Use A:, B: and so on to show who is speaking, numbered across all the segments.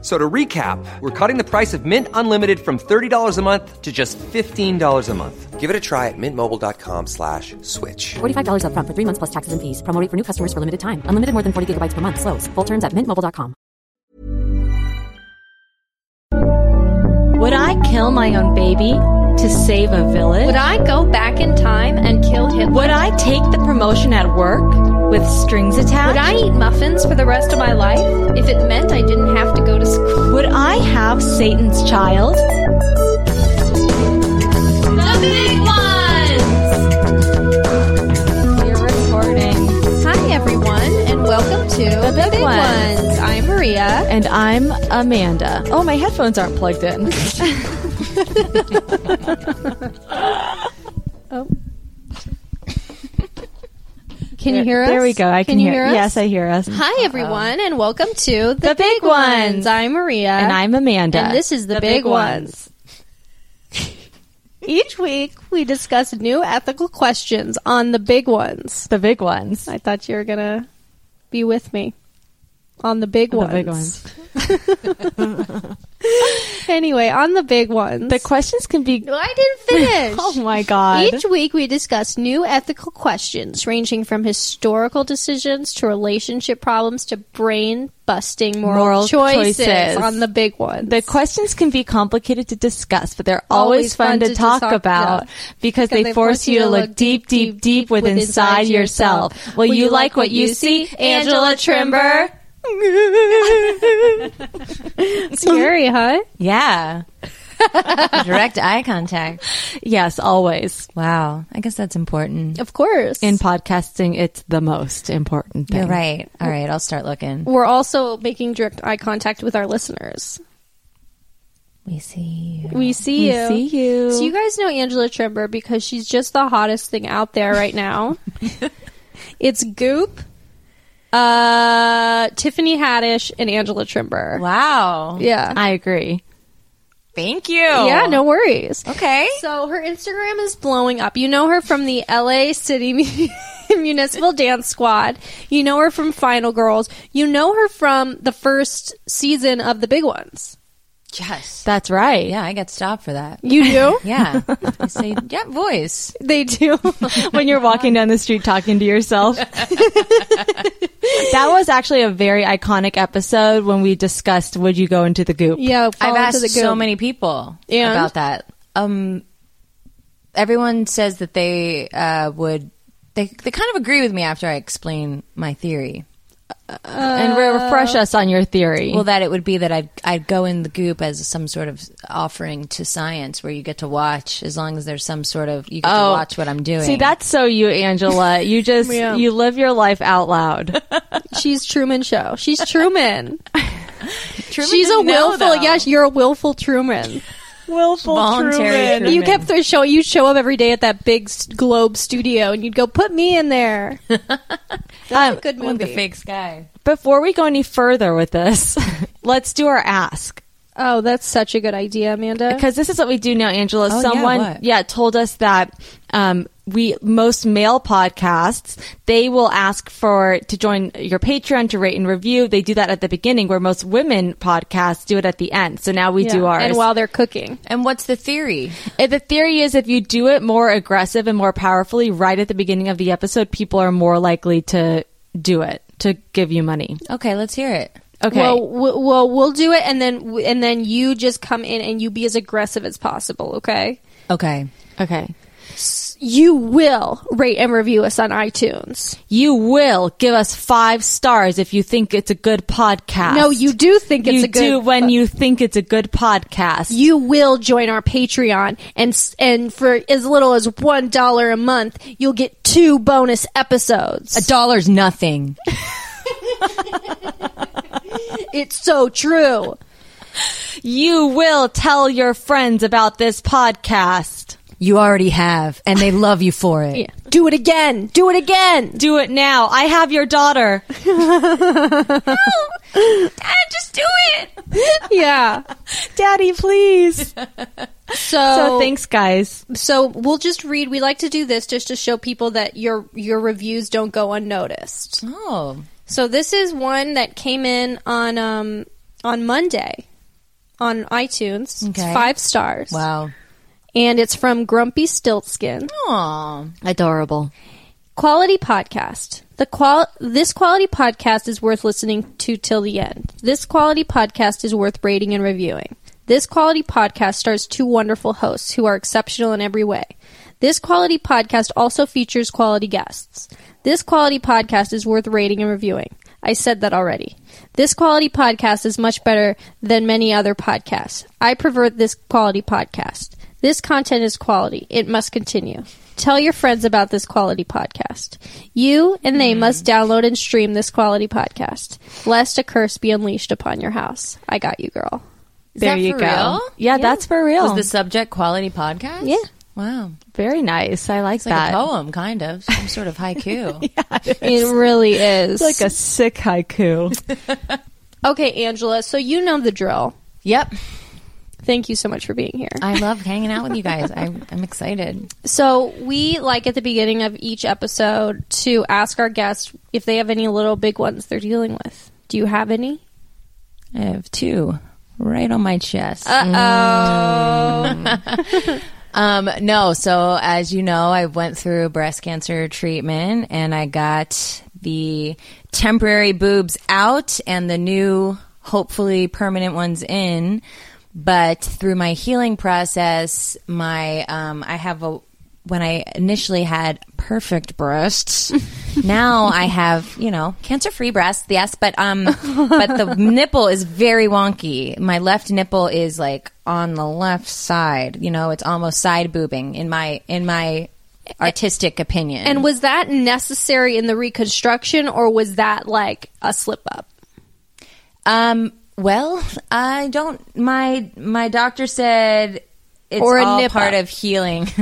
A: So to recap, we're cutting the price of Mint Unlimited from $30 a month to just $15 a month. Give it a try at mintmobile.com slash switch.
B: $45 upfront for three months plus taxes and fees. Promo rate for new customers for limited time. Unlimited more than 40 gigabytes per month. Slows. Full terms at mintmobile.com.
C: Would I kill my own baby to save a village?
D: Would I go back in time and kill Hitler?
C: Would I take the promotion at work with strings attached?
D: Would I eat muffins for the rest of my life if it meant I didn't have to go to school?
C: Would I have Satan's child?
D: The big ones!
C: You're recording.
D: Hi, everyone, and welcome to The
C: Big Ones.
D: I'm Maria.
C: And I'm Amanda. Oh, my headphones aren't plugged in.
D: Can you hear us?
C: There we go. I can,
D: you hear, us?
C: Yes, I hear us.
D: Hi, everyone, and welcome to The,
C: Big Ones.
D: I'm Maria.
C: And I'm Amanda.
D: And this is The, Big, Ones. Each week, we discuss new ethical questions on The Big Ones.
C: The big ones.
D: I thought you were gonna be with me on the big
C: The
D: ones.
C: big ones.
D: Anyway, on the big ones.
C: The questions can be.
D: No, I didn't finish.
C: Oh my god.
D: Each week we discuss new ethical questions ranging from historical decisions to relationship problems to brain busting moral,
C: Moral
D: choices,
C: choices.
D: on the big ones.
C: The questions can be complicated to discuss, but they're
D: Always
C: always, fun, to, talk, about
D: yeah.
C: because they, force you to look deep, deep, deep within inside yourself. Will you like what you see, Angela Trimber?
D: Scary, huh?
E: Yeah. Direct eye contact.
C: Yes, always.
E: Wow. I guess that's important.
D: Of course.
C: In podcasting, it's the most important thing.
E: You're right. All right. I'll start looking.
D: We're also making direct eye contact with our listeners.
E: We see you.
D: We see
C: We
D: you.
C: see you.
D: So you guys know Angela Trimber because she's just the hottest thing out there right now. it's Goop, uh, Tiffany Haddish, and Angela Trimber.
E: Wow.
D: Yeah.
C: I agree.
E: Thank you.
D: yeah, no worries.
E: Okay.
D: So her Instagram is blowing up. You know her from the LA City Mu- Municipal Dance Squad. You know her from Final Girls. You know her from the first season of The Big Ones.
E: Yes.
C: That's right.
E: Yeah. I got stopped for that.
D: You do?
E: Yeah. I say, yeah, voice.
D: they do.
C: when you're walking down the street talking to yourself. that was actually a very iconic episode when we discussed would you go into the goop?
D: yeah, fall
E: I've
D: into
E: asked
D: the
E: so
D: goop.
E: many people
D: And?
E: about that. Um, everyone says that they uh, would. They, they kind of agree with me after I explain my theory.
C: and re- refresh us on your theory.
E: Well, that it would be that I'd I'd go in the goop as some sort of offering to science, where you get to watch as long as there's some sort of you get to watch what I'm doing.
C: See, that's so you, Angela. You just
D: Yeah.
C: you live your life out loud.
D: She's Truman Show. She's Truman.
E: Truman
D: She's a
E: didn't know,
D: willful.
E: though.
D: yes, you're a willful Truman.
C: Willful
E: Voluntary
D: You kept th- show. You show up every day at that big s- globe studio, and you'd go, "Put me in there." That's a good
E: with the
D: movie.
E: fake sky.
C: Um, Before we go any further with this, let's do our ask.
D: Oh, that's such a good idea, Amanda.
C: because this is what we do now, Angela.
E: Oh, yeah,
C: Someone, yeah,
E: what?
C: told us that um, we most male podcasts they will ask for to join your Patreon to rate and review. They do that at the beginning, where most women podcasts do it at the end. So now we
D: Yeah.
C: do ours.
D: and while they're cooking,
E: And what's the theory?
C: Uh, the theory is if you do it more aggressive and more powerfully right at the beginning of the episode, people are more likely to do it to give you money.
E: Okay, let's hear it.
C: Okay.
D: well, w- well, we'll do it, and then w- and then you just come in and you be as aggressive as possible. Okay,
E: Okay,
C: okay.
D: you will rate and review us on iTunes.
C: You will give us five stars if you think it's a good podcast.
D: No, you do think it's
C: you
D: a good.
C: do when you think it's a good podcast.
D: you will join our Patreon, and s- and for as little as one dollar a month, you'll get two bonus episodes.
E: a dollar's nothing.
D: It's so true.
C: you will tell your friends about this podcast.
E: You already have, and they love you for it.
D: Do it again. Do it again.
C: Do it now. I have your daughter.
D: yeah.
C: Daddy, please.
D: So,
E: Oh.
C: So thanks, guys.
D: so we'll just read. We like to do this just to show people that your your reviews don't go unnoticed.
E: Oh,
D: So this is one that came in on um on Monday on iTunes. It's
E: Okay.
D: five stars.
E: wow.
D: And it's from Grumpy Stiltskin.
E: Aw.
C: Adorable.
D: Quality podcast. The qual this quality podcast is worth listening to till the end. This quality podcast is worth rating and reviewing. This quality podcast stars two wonderful hosts who are exceptional in every way. This quality podcast also features quality guests. This quality podcast is worth rating and reviewing. I said that already. This quality podcast is much better than many other podcasts. I prefer this quality podcast. This content is quality. It must continue. Tell your friends about this quality podcast. You and they must download and stream this quality podcast, lest a curse be unleashed upon your house. I got you, girl.
E: Is
C: there
E: that
C: you
E: for
C: go.
E: real?
C: Yeah, that's for real.
E: Was the subject quality podcast?
D: Yeah.
E: Wow.
C: Very nice. I like
E: It's like
C: that.
E: a poem, kind of. Some sort of haiku.
D: It really is.
C: It's like a sick haiku.
D: okay, Angela, so you know the drill.
E: Yep.
D: Thank you so much for being here.
E: I love hanging out with you guys. I, I'm excited.
D: So we like at the beginning of each episode to ask our guests if they have any little big ones they're dealing with. Do you have any?
E: I have two right on my chest. Um, no, so as you know, I went through breast cancer treatment and I got the temporary boobs out and the new, hopefully permanent ones in. But through my healing process, my um, I have a when I initially had perfect breasts, now I have you know cancer free breasts. Yes, but um, but the nipple is very wonky. My left nipple is like on the left side. You know, it's almost side boobing in my in my artistic opinion.
D: And was that necessary in the reconstruction or was that like a slip up?
E: Um. Well, I don't. My my doctor said it's
D: Or a
E: all
D: nip
E: part
D: up.
E: of healing.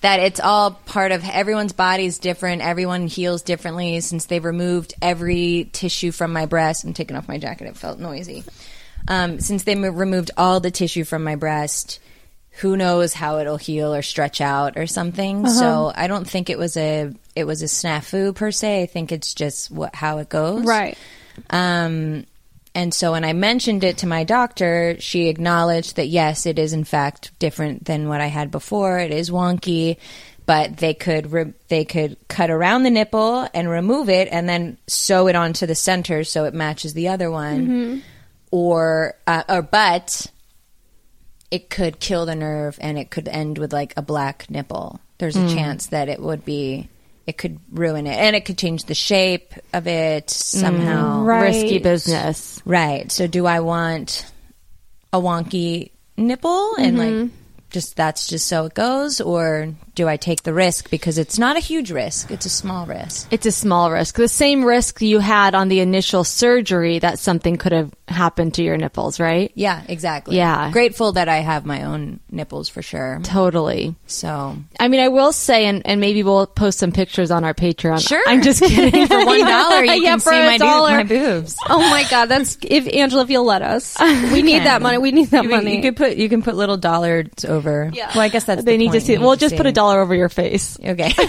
E: that it's all part of everyone's body's different. Everyone heals differently. Since they've removed every tissue from my breast, I'm taking off my jacket. It felt noisy. Um, since they mo- removed all the tissue from my breast, who knows how it'll heal or stretch out or something.
D: Uh-huh.
E: So I don't think it was a it was a snafu per se. I think it's just what how it goes.
D: Right.
E: Um, and so when I mentioned it to my doctor, she acknowledged that yes, it is in fact different than what I had before. It is wonky, but they could re- they could cut around the nipple and remove it, and then sew it onto the center so it matches the other one. Or uh, or but it could kill the nerve and it could end with like a black nipple. There's a chance that it would be it could ruin it and it could change the shape of it somehow.
D: Right.
C: Risky business.
E: Right. So do I want a wonky nipple and
C: Mm-hmm.
E: like just that's just so it goes or do I take the risk because it's not a huge risk, it's a small risk.
C: It's a small risk. The same risk you had on the initial surgery that something could have happened to your nipples, right?
E: Yeah, exactly.
C: Yeah.
E: Grateful that I have my own nipples for sure.
C: Totally.
E: So
C: I mean, I will say, and, and maybe we'll post some pictures on our Patreon.
E: Sure.
C: I'm just kidding.
E: for one dollar you
D: Yeah,
E: can
D: for
E: see
D: a
E: my, do-
D: dollar.
E: my boobs.
D: Oh my God. That's if Angela, if you'll let us, we need that money. We need that
E: You,
D: money.
E: you could put you can put little dollars over.
D: Yeah.
E: Well, I guess that's
C: they
E: the
C: need to
E: point.
C: see.
E: You
C: We'll just put a
E: see.
C: dollar over your face.
E: Okay.
C: now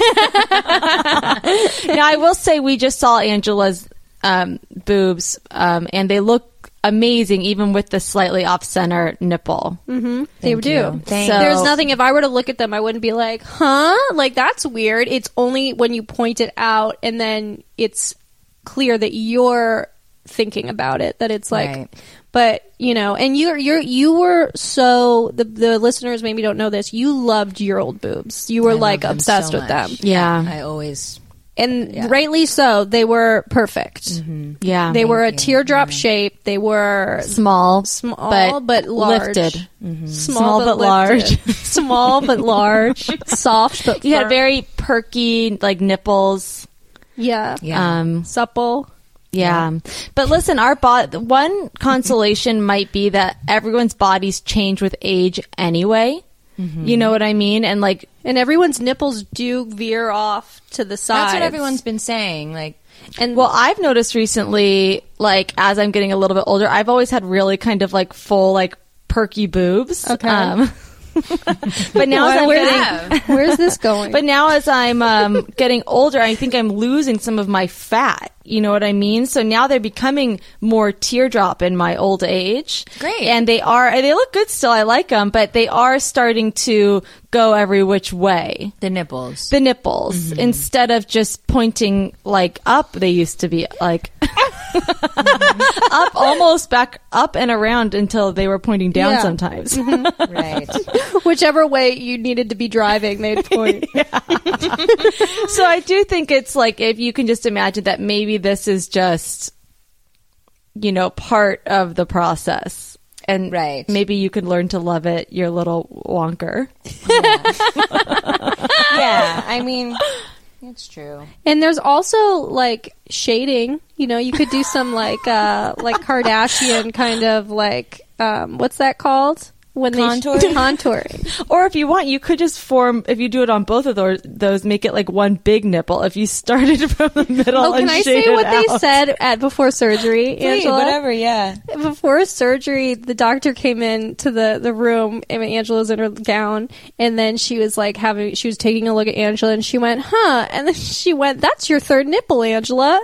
C: I will say we just saw Angela's um, boobs, um, and they look amazing, even with the slightly off center nipple.
D: they
E: Thank
D: do.
E: you. Thank
C: So-
D: There's nothing. If I were to look at them, I wouldn't be like, huh? Like, that's weird. It's only when you point it out and then it's clear that you're thinking about it that it's like,
E: Right.
D: but you know, and you're, you're, you were so, the, the listeners maybe don't know this. You loved your old boobs. You were like
E: love them
D: obsessed
E: so
D: with them.
E: much.
C: Yeah.
E: I always
D: And rightly so. They were perfect.
E: Mm-hmm.
C: Yeah,
E: Oh,
D: They were a teardrop shape. They were
C: small,
D: small
C: but,
D: but, large. Mm-hmm.
C: lifted.
D: Small, but, large. small but large. Soft but
C: You had
D: firm.
C: very perky like nipples.
D: yeah.
E: Yeah.
C: Um,
D: supple.
C: Yeah. But listen, our bod one consolation might be that everyone's bodies change with age anyway. You know what I mean? And like
D: And everyone's nipples do veer off to the side.
E: That's what everyone's been saying. Like
D: And
C: Well, I've noticed recently, like as I'm getting a little bit older, I've always had really kind of like full, like perky boobs. Um,
D: Okay.
C: but now as I'm
D: where's,
C: getting,
D: where's this going?
C: But now, as I'm um, getting older, I think I'm losing some of my fat. You know what I mean? So now they're becoming more teardrop in my old age.
E: Great.
C: And they are, and they look good still. I like them, but they are starting to go every which way.
E: The nipples.
C: The nipples,
D: Mm-hmm.
C: instead of just pointing like up, they used to be like up, almost back up and around until they were pointing down
D: Yeah.
C: sometimes.
E: right.
D: Whichever way you needed to be driving, they'd point.
C: So I do think it's like if you can just imagine that maybe this is just, you know, part of the process. And
E: Right.
C: maybe you could learn to love it, your little wonker.
E: Yeah. I mean, it's true.
D: And there's also like shading. You know, you could do some like uh like Kardashian kind of like um what's that called? When they
E: Contouring?
D: contouring.
C: Or if you want, you could just form, if you do it on both of those, those make it like one big nipple. If you started from the middle
D: Oh, can
C: and
D: I
C: shade
D: say
C: it
D: what they
C: out.
D: said at before surgery, Angela?
E: Yeah.
D: Before surgery, the doctor came in to the the room and Angela was in her gown, and then she was like having she was taking a look at Angela, and she went, "Huh?" And then she went, "That's your third nipple, Angela."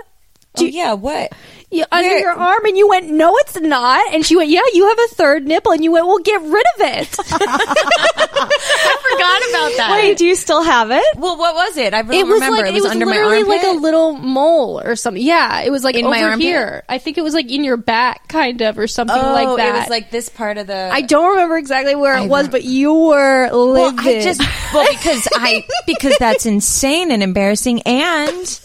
E: Oh, yeah. What?
D: you, under your arm and you went no it's not and she went yeah you have a third nipple and you went well get rid of it
E: Forgot about that.
C: Wait, do you still have it?
E: Well, what was it? I don't
D: it was
E: remember.
D: like
E: it was, under my
D: literally
E: armpit.
D: like a little mole or something yeah it was like
E: In
D: over
E: my armpit?
D: here i think it was like in your back kind of or something
E: oh,
D: like that
E: It was like this part of the.
D: i don't remember exactly where it was but you were
E: Well,
D: livid
E: I just well because I because that's insane and embarrassing and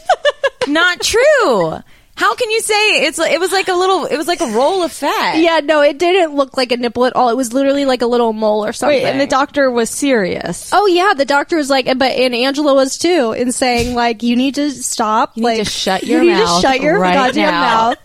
E: not true. How can you say it's? like- It was like a little. It was like a roll of fat.
D: yeah no it didn't look like a nipple at all it was literally like a little mole or something
C: Wait, and the doctor was serious.
D: Oh yeah, the doctor was like, but and Angela was too, in saying like, you need to stop,
C: need
D: like,
C: to shut your
D: you need
C: mouth
D: to shut your
C: right
D: goddamn
C: now.
D: mouth.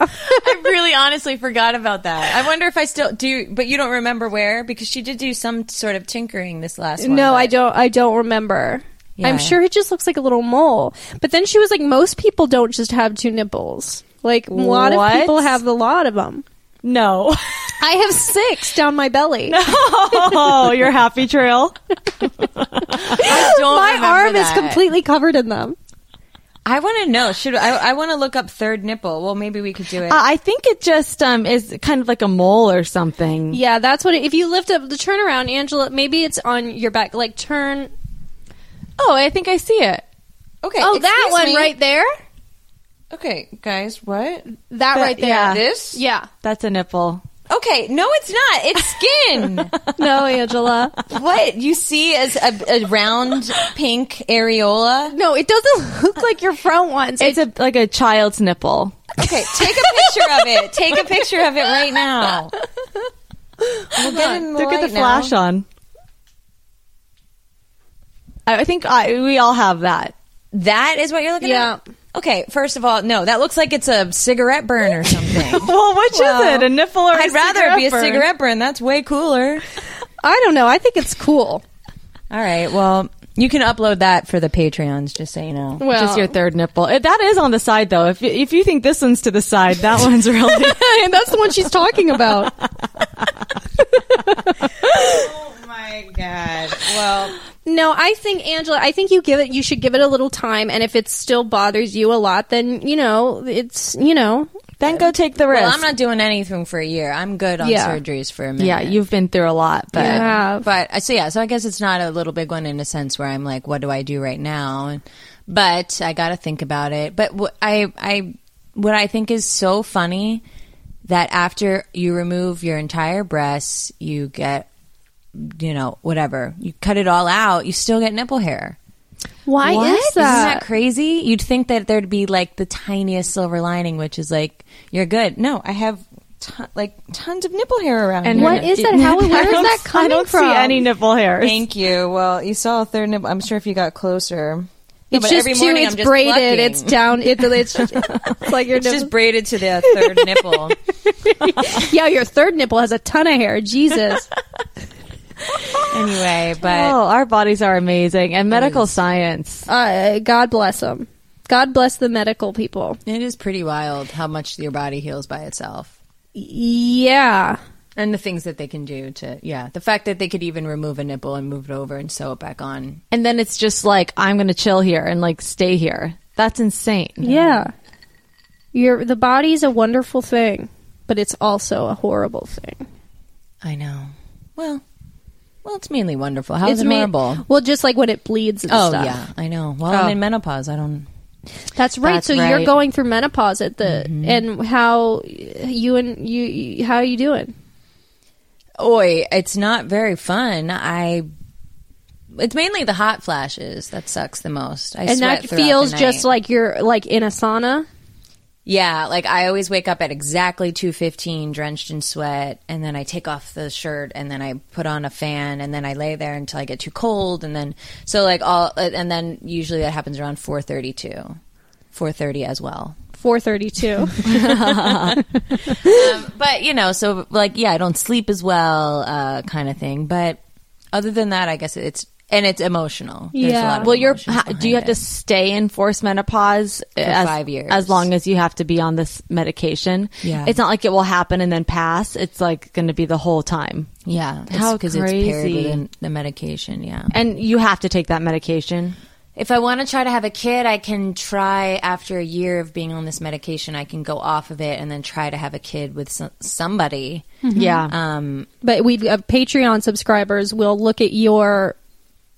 E: I really honestly forgot about that. I wonder if I still do, but you don't remember where because she did do some sort of tinkering this last one.
D: No,
E: but-
D: I don't. I don't remember.
E: Yeah.
D: I'm sure it just looks like a little mole. But then she was like, most people don't just have two nipples. Like a lot
C: What?
D: of people have a lot of them.
C: No.
D: I have six down my belly.
C: oh, your happy trail.
E: I don't
D: my
E: remember
D: arm is
E: that.
D: completely covered in them.
E: I want to know. Should I? I want to look up third nipple. Well, maybe we could do it.
C: Uh, I think it just um, is kind of like a mole or something.
D: Yeah, that's what. It, if you lift up the turnaround, Angela, maybe it's on your back. Like turn.
C: Oh, I think I see it.
E: okay.
D: Oh, that
E: excuse
D: one
E: me.
D: right there.
E: Okay, guys. What?
D: That right there.
C: yeah.
E: This?
D: Yeah.
C: That's a nipple.
E: Okay. No, it's not. It's skin.
D: No, Angela.
E: What you see is a, a round pink areola.
D: no, it doesn't look like your front ones.
C: It's a like a child's nipple.
E: Okay, take a picture of it. Take a picture of it right now. We'll get in the
C: Look at
E: light
C: the
E: now.
C: flash on. I I think I, we all have that.
E: That is what you're looking
D: Yeah.
E: at. Okay, first of all, no, that looks like it's a cigarette burn or something.
C: Well, which is it? A nipple or
E: I'd rather it be a cigarette burn. That's way cooler.
D: I don't know. I think it's cool.
E: All right, well, you can upload that for the Patreons, just so you know.
D: Well,
C: Just your third nipple. Uh, That is on the side though. If if you think this one's to the side, that one's really.
D: and that's the one she's talking about.
E: Oh my god. Well,
D: No, I think Angela. I think you give it. You should give it a little time, and if it still bothers you a lot, then you know it's you know.
C: then go take the risk.
E: well, I'm not doing anything for a year. I'm good on
D: Yeah.
E: surgeries for a minute.
C: yeah, you've been through a lot, but
D: Yeah.
E: But I so yeah, so I guess it's not a little big one in a sense where I'm like, what do I do right now? And, but I got to think about it. But wh- I I what I think is so funny that after you remove your entire breasts, you get you know whatever you cut it all out, you still get nipple hair.
D: Why
E: What?
D: is
E: Isn't
D: that?
E: that crazy? You'd think that there'd be like the tiniest silver lining, which is like you're good. No, I have. ton like tons of nipple hair around
C: And
E: here.
D: what is that? How? Where
C: I
D: is
C: don't-
D: that coming
C: I don't
D: from?
C: see any nipple hairs.
E: Thank you. Well, you saw a third nipple. I'm sure if you got closer.
D: It's just too. It's braided. It's down. It, it's, just, it's like your
E: It's
D: nipple.
E: just braided to the third nipple.
D: yeah, your third nipple has a ton of hair. Jesus.
E: Anyway, but
C: Oh, our bodies are amazing and medical science.
D: uh, God bless them. God bless the medical people.
E: It is pretty wild how much your body heals by itself.
D: Yeah.
E: And the things that they can do to, yeah, the fact that they could even remove a nipple and move it over and sew it back on.
C: And then it's just like, I'm going to chill here and like stay here. That's insane.
D: Yeah. Your the body's a wonderful thing, but it's also a horrible thing.
E: I know. Well, well, it's mainly wonderful. How's
D: it's
E: it
D: ma-
E: horrible?
D: Well, just like when it bleeds and
E: oh
D: stuff.
E: yeah, I know. Well, I'm in menopause. I don't.
D: That's right.
C: That's
D: so
C: right.
D: you're going through menopause at the
E: Mm-hmm.
D: and how you and you- you how you doing?
E: Oi, it's not very fun. I. It's mainly the hot flashes that sucks the most. I
D: and
E: sweat
D: that
E: throughout
D: feels
E: the
D: just
E: night.
D: like you're like in a sauna.
E: yeah. Like I always wake up at exactly two fifteen, drenched in sweat, and then I take off the shirt, and then I put on a fan, and then I lay there until I get too cold, and then so like all, and then usually that happens around four thirty two, four thirty as well.
D: Four thirty two.
E: but you know, so like, yeah, I don't sleep as well, uh, kind of thing. But other than that, I guess it's and it's emotional. There's
D: Yeah.
E: A lot of
C: Well, you're.
E: emotions
C: Ha, do you have
E: behind
C: to stay in forced menopause as,
E: five years.
C: As long as you have to be on this medication.
E: Yeah.
C: It's not like it will happen and then pass. It's like going to be the whole time.
E: it. yeah, it's
C: How
E: because it's paired
C: crazy.
E: with an- the medication. Yeah.
C: And you have to take that medication.
E: If I want to try to have a kid, I can try after a year of being on this medication. I can go off of it and then try to have a kid with so- somebody.
C: Yeah.
E: Um,
D: but we uh, Patreon subscribers will look at your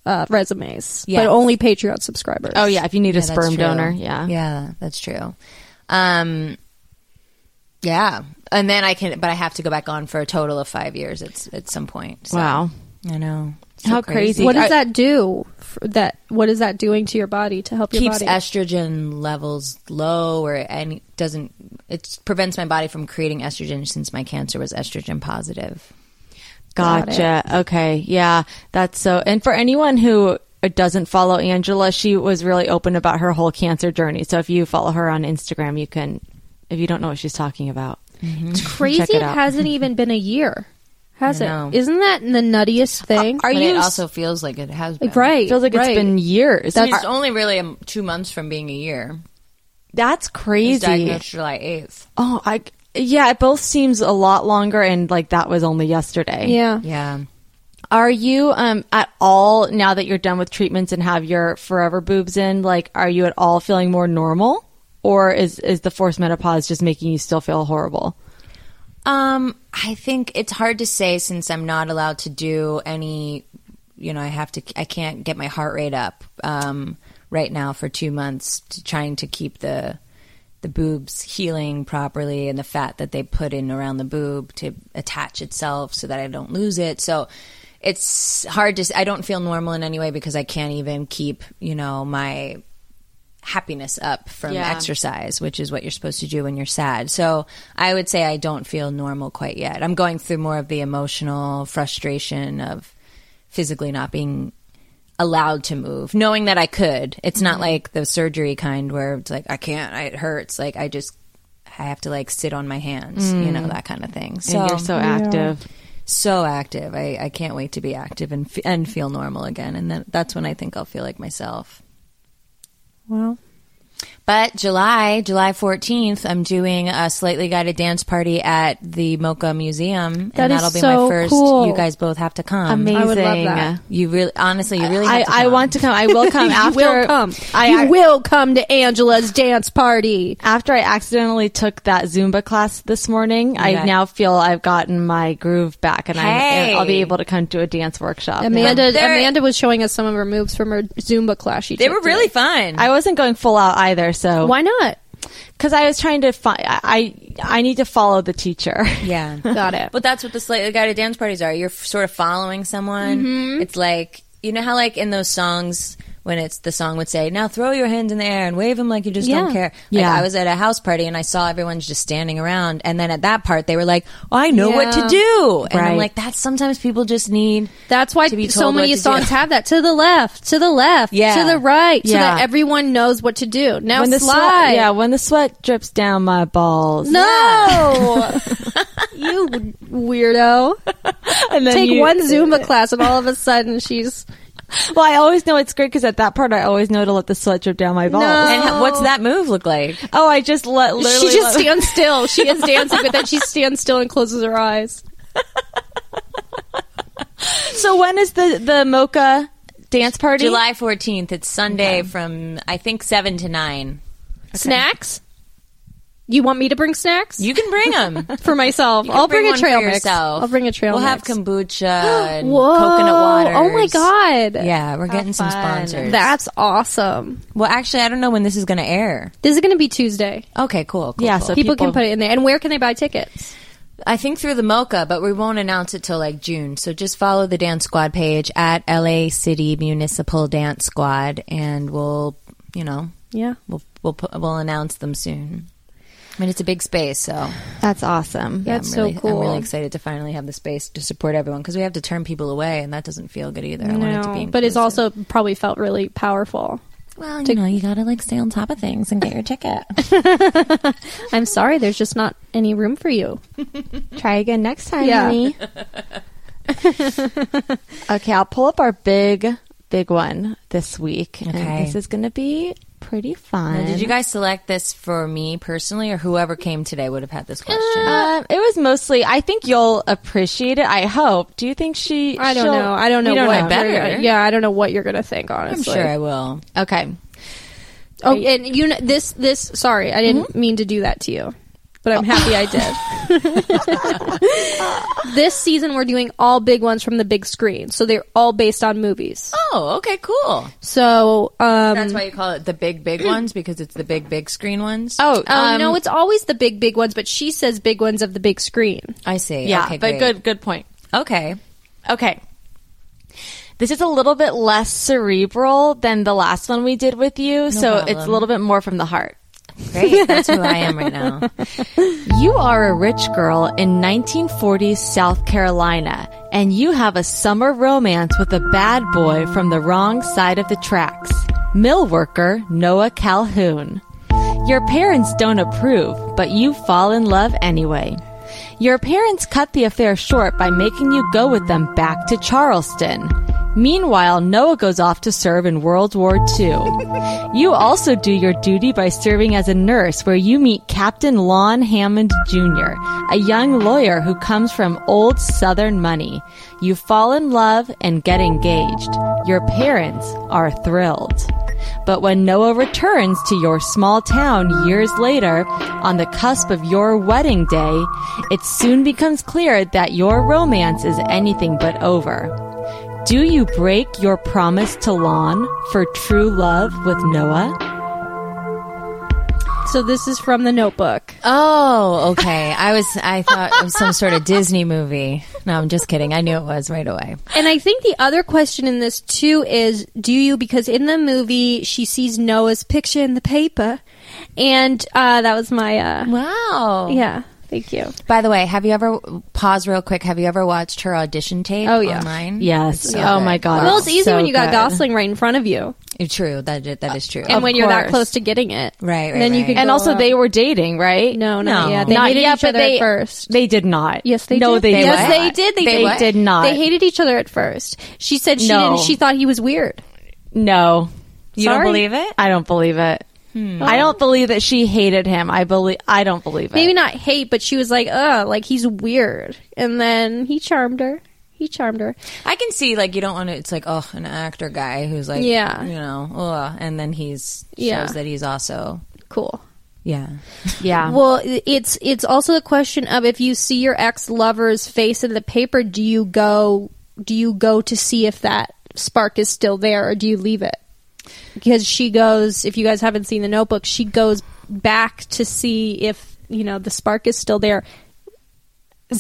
D: uh, resumes,
E: Yes.
D: but only Patreon subscribers.
C: oh yeah. If you need a
E: yeah, that's
C: sperm
E: true.
C: donor. Yeah.
E: yeah, that's true. Um, yeah, and then I can, but I have to go back on for a total of five years. It's at some point. so.
C: Wow.
E: I know.
C: How crazy.
D: What does
C: I-
D: that do? For that what is that doing to your body to help your
E: Keeps
D: body?
E: estrogen levels low, or any doesn't. It prevents my body from creating estrogen since my cancer was estrogen positive.
C: Gotcha. okay. Yeah. That's so. And for anyone who doesn't follow Angela, she was really open about her whole cancer journey. So if you follow her on Instagram, you can, if you don't know what she's talking about.
D: it's crazy.
C: Check it
D: It,
C: out.
D: hasn't even been a year, has
E: I
D: it?
E: know.
D: Isn't that the nuttiest thing?
C: Are
E: but
C: you
E: It
C: s-
E: also feels like it has been.
D: right?
C: It feels like
D: right.
C: it's been years.
E: I mean,
C: That's,
E: it's only really um, two months from being a year.
C: that's
E: It was
C: crazy.
E: diagnosed July eighth.
C: Oh, I, yeah, it both seems a lot longer and like that was only yesterday.
D: yeah.
E: Yeah.
C: Are you um at all now that you're done with treatments and have your forever boobs in, like are you at all feeling more normal? Or is is the forced menopause just making you still feel horrible?
E: Um, I think it's hard to say since I'm not allowed to do any. You know, I have to. I can't get my heart rate up um, right now for two months, to trying to keep the the boobs healing properly and the fat that they put in around the boob to attach itself so that I don't lose it. So it's hard to. s- I don't feel normal in any way because I can't even keep. You know my happiness up from
C: Yeah.
E: exercise, which is what you're supposed to do when you're sad. So I would say I don't feel normal quite yet. I'm going through more of the emotional frustration of physically not being allowed to move, knowing that I could. It's
C: Mm-hmm.
E: not like the surgery kind where it's like I can't, I- it hurts. Like I just I have to like sit on my hands, you know, that kind of thing. So
C: Mm. and you're so active.
E: so active. I, I can't wait to be active and f- and feel normal again. And then that's when I think I'll feel like myself.
D: Well,
E: But July, July 14th, I'm doing a slightly guided dance party at the Mocha Museum.
D: That
E: and
D: is
E: that'll be
D: so
E: my first.
D: cool.
E: You guys both have to come.
C: Amazing.
D: I would love that.
E: You really, honestly, you really have
C: I,
E: to
C: I
E: come.
C: want to come. I will come
D: you
C: after
D: will come.
C: I,
D: you
C: I-
D: will come to Angela's dance party.
C: after I accidentally took that Zumba class this morning,
E: Yeah.
C: I now feel I've gotten my groove back and
E: Hey.
C: I'm, I'll be able to come to a dance workshop.
D: Amanda
E: They're-
D: Amanda was showing us some of her moves from her Zumba class. She
E: They
D: took
E: were
D: today.
E: really fun.
C: I wasn't going full out either, so
D: Why not?
C: Because I was trying to find, I I need to follow the teacher.
E: yeah.
D: Got it.
E: But that's what the slightly guided dance parties are. You're f- sort of following someone.
C: Mm-hmm.
E: It's like you know how like in those songs when it's the song would say, "Now throw your hands in the air and wave them like you just don't
D: Yeah.
E: care." Like,
C: Yeah.
E: I was at a house party and I saw everyone's just standing around, and then at that part they were like, "Oh, "I know what to
D: Yeah.
E: do," and I'm
C: Right.
E: like, "That's sometimes people just need."
D: That's why
E: to be
D: so
E: told what
D: many
E: to
D: songs
E: do.
D: have that to the left, to the left,
E: Yeah.
D: to the right, so
C: Yeah.
D: that everyone knows what to do. Now
C: the
D: slide.
C: sweat, yeah, when the sweat drips down my balls,
D: No, you weirdo.
C: and then
D: Take
C: you-
D: one Zumba class, and all of a sudden she's
C: Well, I always know it's great because at that part, I always know to let the sweat drip down my balls.
E: And ho- what's that move look like?
C: oh, I just let literally.
D: she just
C: let-
D: stands still. She is dancing, but then she stands still and closes her eyes.
C: so when is the the mocha dance party?
E: July 14th. It's Sunday from, I think, 7 to 9.
D: Snacks? You want me to bring snacks?
E: You can bring them.
D: for myself. I'll bring, a trail mix. I'll bring a trail
E: We'll
D: mix.
E: have kombucha and
D: Whoa.
E: coconut water.
D: Oh my god.
E: Yeah, we're getting some
C: fun.
E: sponsors.
D: That's awesome.
E: well, actually, I don't know when this is going to air.
D: This is going to be Tuesday.
E: Okay, cool. cool,
C: Yeah,
E: cool.
C: so-
D: People,
C: People-
D: can put it in there. And where can they buy tickets?
E: I think through the Mocha, but we won't announce it till like June. So just follow the Dance Squad page at LA City Municipal Dance Squad, and we'll, you know,
D: Yeah.
E: we'll we'll pu- we'll announce them soon. I mean, it's a big space, so
C: That's awesome.
D: That's
E: I'm
D: so
E: really,
D: cool.
E: I'm really excited to finally have the space to support everyone because we have to turn people away, and that doesn't feel good either. I want it to be,
D: but it's
E: inclusive.
D: also probably felt really powerful.
E: well, you know, you gotta like stay on top of things and get your ticket.
D: I'm sorry, there's just not any room for you.
C: Try again next time,
D: Yeah.
C: honey. okay, I'll pull up our big, big one this week.
E: Okay.
C: And this is going to be pretty fun.
E: Did you guys select this for me personally, or whoever came today would have had this question?
C: Um, it was mostly. I think you'll appreciate it. I hope. Do you think she?
D: I don't
C: she'll-
D: know. I don't know
C: You
D: what
E: know better.
D: you're- Yeah, I don't know what you're going to think,
E: I'm
D: honestly.
E: sure I will.
C: Okay.
D: Oh, and you know, this this sorry, I didn't
E: Mm-hmm.
D: mean to do that to you. But I'm happy I did. this season we're doing all big ones from the big screen. So they're all based on movies.
E: Oh, okay, cool. Mm.
D: So, um
E: That's why you call it the big, big ones because it's the big, big screen ones.
C: Oh,
D: Oh no, it's always the big big ones, but she says big ones of the big screen.
E: I see.
C: Yeah,
E: okay,
C: but
E: great.
C: good. Good point.
E: Okay,
C: Okay. This is a little bit less cerebral than the last one we did with you, so it's a
E: problem.
C: little bit more from the heart.
E: great. That's who I am right now.
C: You are a rich girl in 1940s South Carolina, and you have a summer romance with a bad boy from the wrong side of the tracks, mill worker Noah Calhoun. Your parents don't approve, but you fall in love anyway. Your parents cut the affair short by making you go with them back to Charleston. Meanwhile, Noah goes off to serve in World War II. you also do your duty by serving as a nurse, where you meet Captain Lon Hammond Jr., a young lawyer who comes from old Southern money. You fall in love and get engaged. Your parents are thrilled. But when Noah returns to your small town years later, on the cusp of your wedding day, it soon becomes clear that your romance is anything but over. Do you break your promise to Lon for true love with Noah?
D: So this is from the notebook.
E: Oh, okay. I was. I thought it was some sort of Disney movie. No, I'm just kidding. I knew it was right away.
D: And I think the other question in this too is do you because in the movie she sees Noah's picture in the paper and uh that was my uh
E: Wow.
D: yeah, thank you.
E: By the way, have you ever pause real quick? Have you ever watched her audition tape?
D: Oh, yeah.
E: Online?
C: Yes. oh my God.
D: Well, it's easy
C: so
D: when you got
C: good.
D: Gosling right in front of you,
E: True. That i- that is true.
D: and when you're that
C: course.
D: close to getting it,
E: Right, right,
D: then you
E: right.
D: could.
C: And
D: go
C: also,
D: up.
C: they were dating, right?
D: no, not
E: No.
D: yet. They
C: Not
D: hated
C: yet,
D: each
C: but
D: other
C: they-
D: at first.
C: They did not.
D: Yes, they
C: no,
D: did.
C: They
D: yes,
C: did
D: they
C: not.
D: did. They,
C: They did not.
D: They hated each other at first. She said she
C: No.
D: didn't, she thought he was weird.
C: No.
E: You don't Sorry? believe it?
C: I don't believe it. Hmm. I don't believe that she hated him. I believe I don't believe it.
D: Maybe not hate, but she was like, "Ugh, like he's weird." And then he charmed her. He charmed her.
E: I can see like you don't want to. It's like oh, an actor guy who's like
D: Yeah.
E: you know, ugh, and then he's shows
D: Yeah.
E: that he's also
D: Cool.
E: yeah.
C: Yeah.
D: Well, it's it's also the question of if you see your ex lover's face in the paper, do you go do you go to see if that spark is still there or do you leave it? Because she goes, if you guys haven't seen the notebook, she goes back to see if, you know, the spark is still there.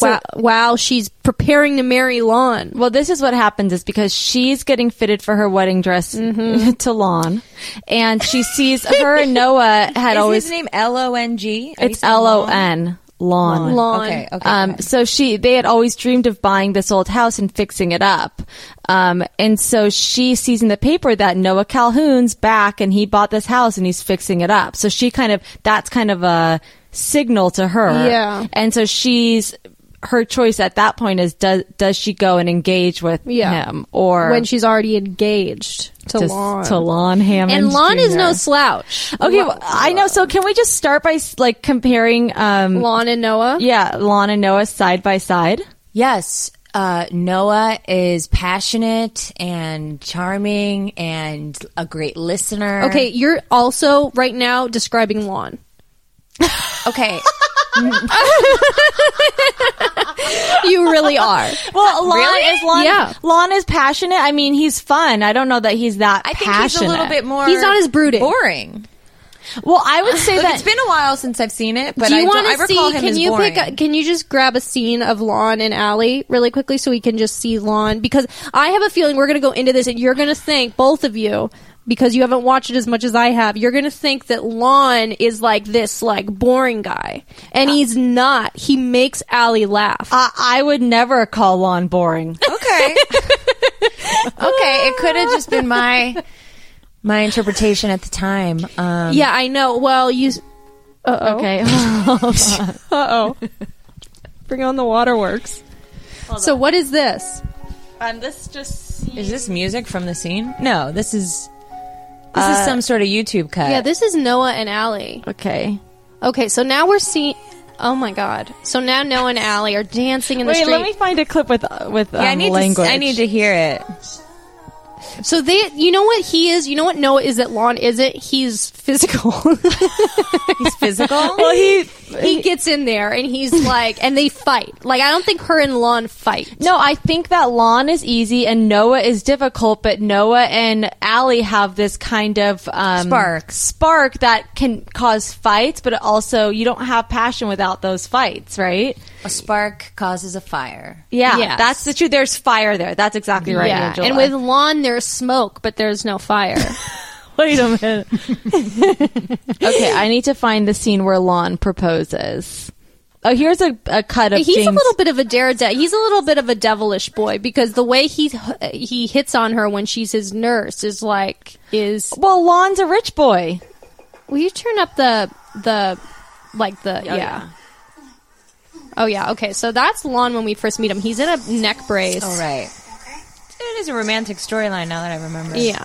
D: wow, wow, she's preparing to marry Lon.
C: well, this is what happens is because she's getting fitted for her wedding dress to Lon, and she sees her and Noah had
E: Is
C: always
E: his name L O N G?
C: it's L O N Lon.
D: Lon.
E: Okay. Okay.
C: Um, so she, they had always dreamed of buying this old house and fixing it up. Um, and so she sees in the paper that Noah Calhoun's back and he bought this house and he's fixing it up. So she kind of, that's kind of a signal to her.
D: Yeah.
C: And so she's, her choice at that point is does does she go and engage with
D: Yeah.
C: him or
D: when she's already engaged to
C: to,
D: Lon.
C: to Lon Hammond
D: and Lon is no
C: Jr..
D: slouch.
C: Okay,
D: Lon-
C: well, I know. So can we just start by s- like comparing? um
D: Lon and Noah.
C: Yeah, Lon and Noah side by side.
E: Yes, uh, Noah is passionate and charming and a great listener.
D: Okay, you're also right now describing Lon.
E: okay.
D: You really are.
C: Well, Lon
E: Really?
C: is Lon.
D: Yeah.
C: Lon is passionate. I mean, he's fun. I don't know that he's that.
E: I think he's a little bit more.
D: He's not as brooding.
E: Boring.
C: Well, I would say
E: Look,
C: that
E: it's been a while since I've seen it, but
D: Do you
E: I,
D: want
E: don't, I
D: to
E: recall
D: see?
E: him
D: Can
E: as
D: you
E: boring.
D: pick? A, can you just grab a scene of Lon and Allie really quickly so we can just see Lon? Because I have a feeling we're going to go into this and you're going to think both of you because you haven't watched it as much as I have. You're going to think that Lon is like this like boring guy, and he's not. He makes Allie laugh.
C: I, I would never call Lon boring.
E: okay. okay, it could have just been my my interpretation at the time. Um,
D: yeah, I know. Well, you. Uh oh.
C: Okay.
D: Uh oh. Bring on the waterworks. So what is this?
C: um, this just.
E: Is this music from the scene? No, this is this
C: Uh,
E: is some sort of YouTube cut.
D: Yeah, this is Noah and Allie.
C: Okay.
D: Okay, so now we're seeing. Oh my god! So now Noah and Allie are dancing in the
C: Wait,
D: street.
C: let me find a clip with uh, with um,
E: Yeah, I need
C: language.
E: to I need to hear it.
D: So they, you know what he is? You know what Noah is that Lon isn't? He's physical.
E: He's physical.
C: Well, he.
D: he gets in there and he's like, and they fight. Like I don't think her and Lon fight.
C: No, I think that Lon is easy and Noah is difficult, but Noah and Allie have this kind of um,
E: Spark.
C: spark that can cause fights, but also you don't have passion without those fights, right?
E: a spark causes a fire.
C: Yeah,
D: Yes.
C: that's the truth. There's fire there. That's exactly right.
D: yeah.
C: Angela.
D: And with Lon, there's smoke, but there's no fire.
C: wait a minute. okay, I need to find the scene where Lon proposes. Oh, here's a, a cut of.
D: he's a
C: James-
D: little bit of a daredevil. He's a little bit of a devilish boy because the way he he hits on her when she's his nurse is like is.
C: Well, Lon's a rich boy.
D: Will you turn up the the like the yeah.
C: yeah.
D: Oh yeah, okay. So that's Lon when we first meet him. He's in a neck brace.
C: Oh.
E: All right. It is a romantic storyline now that I remember.
D: Yeah.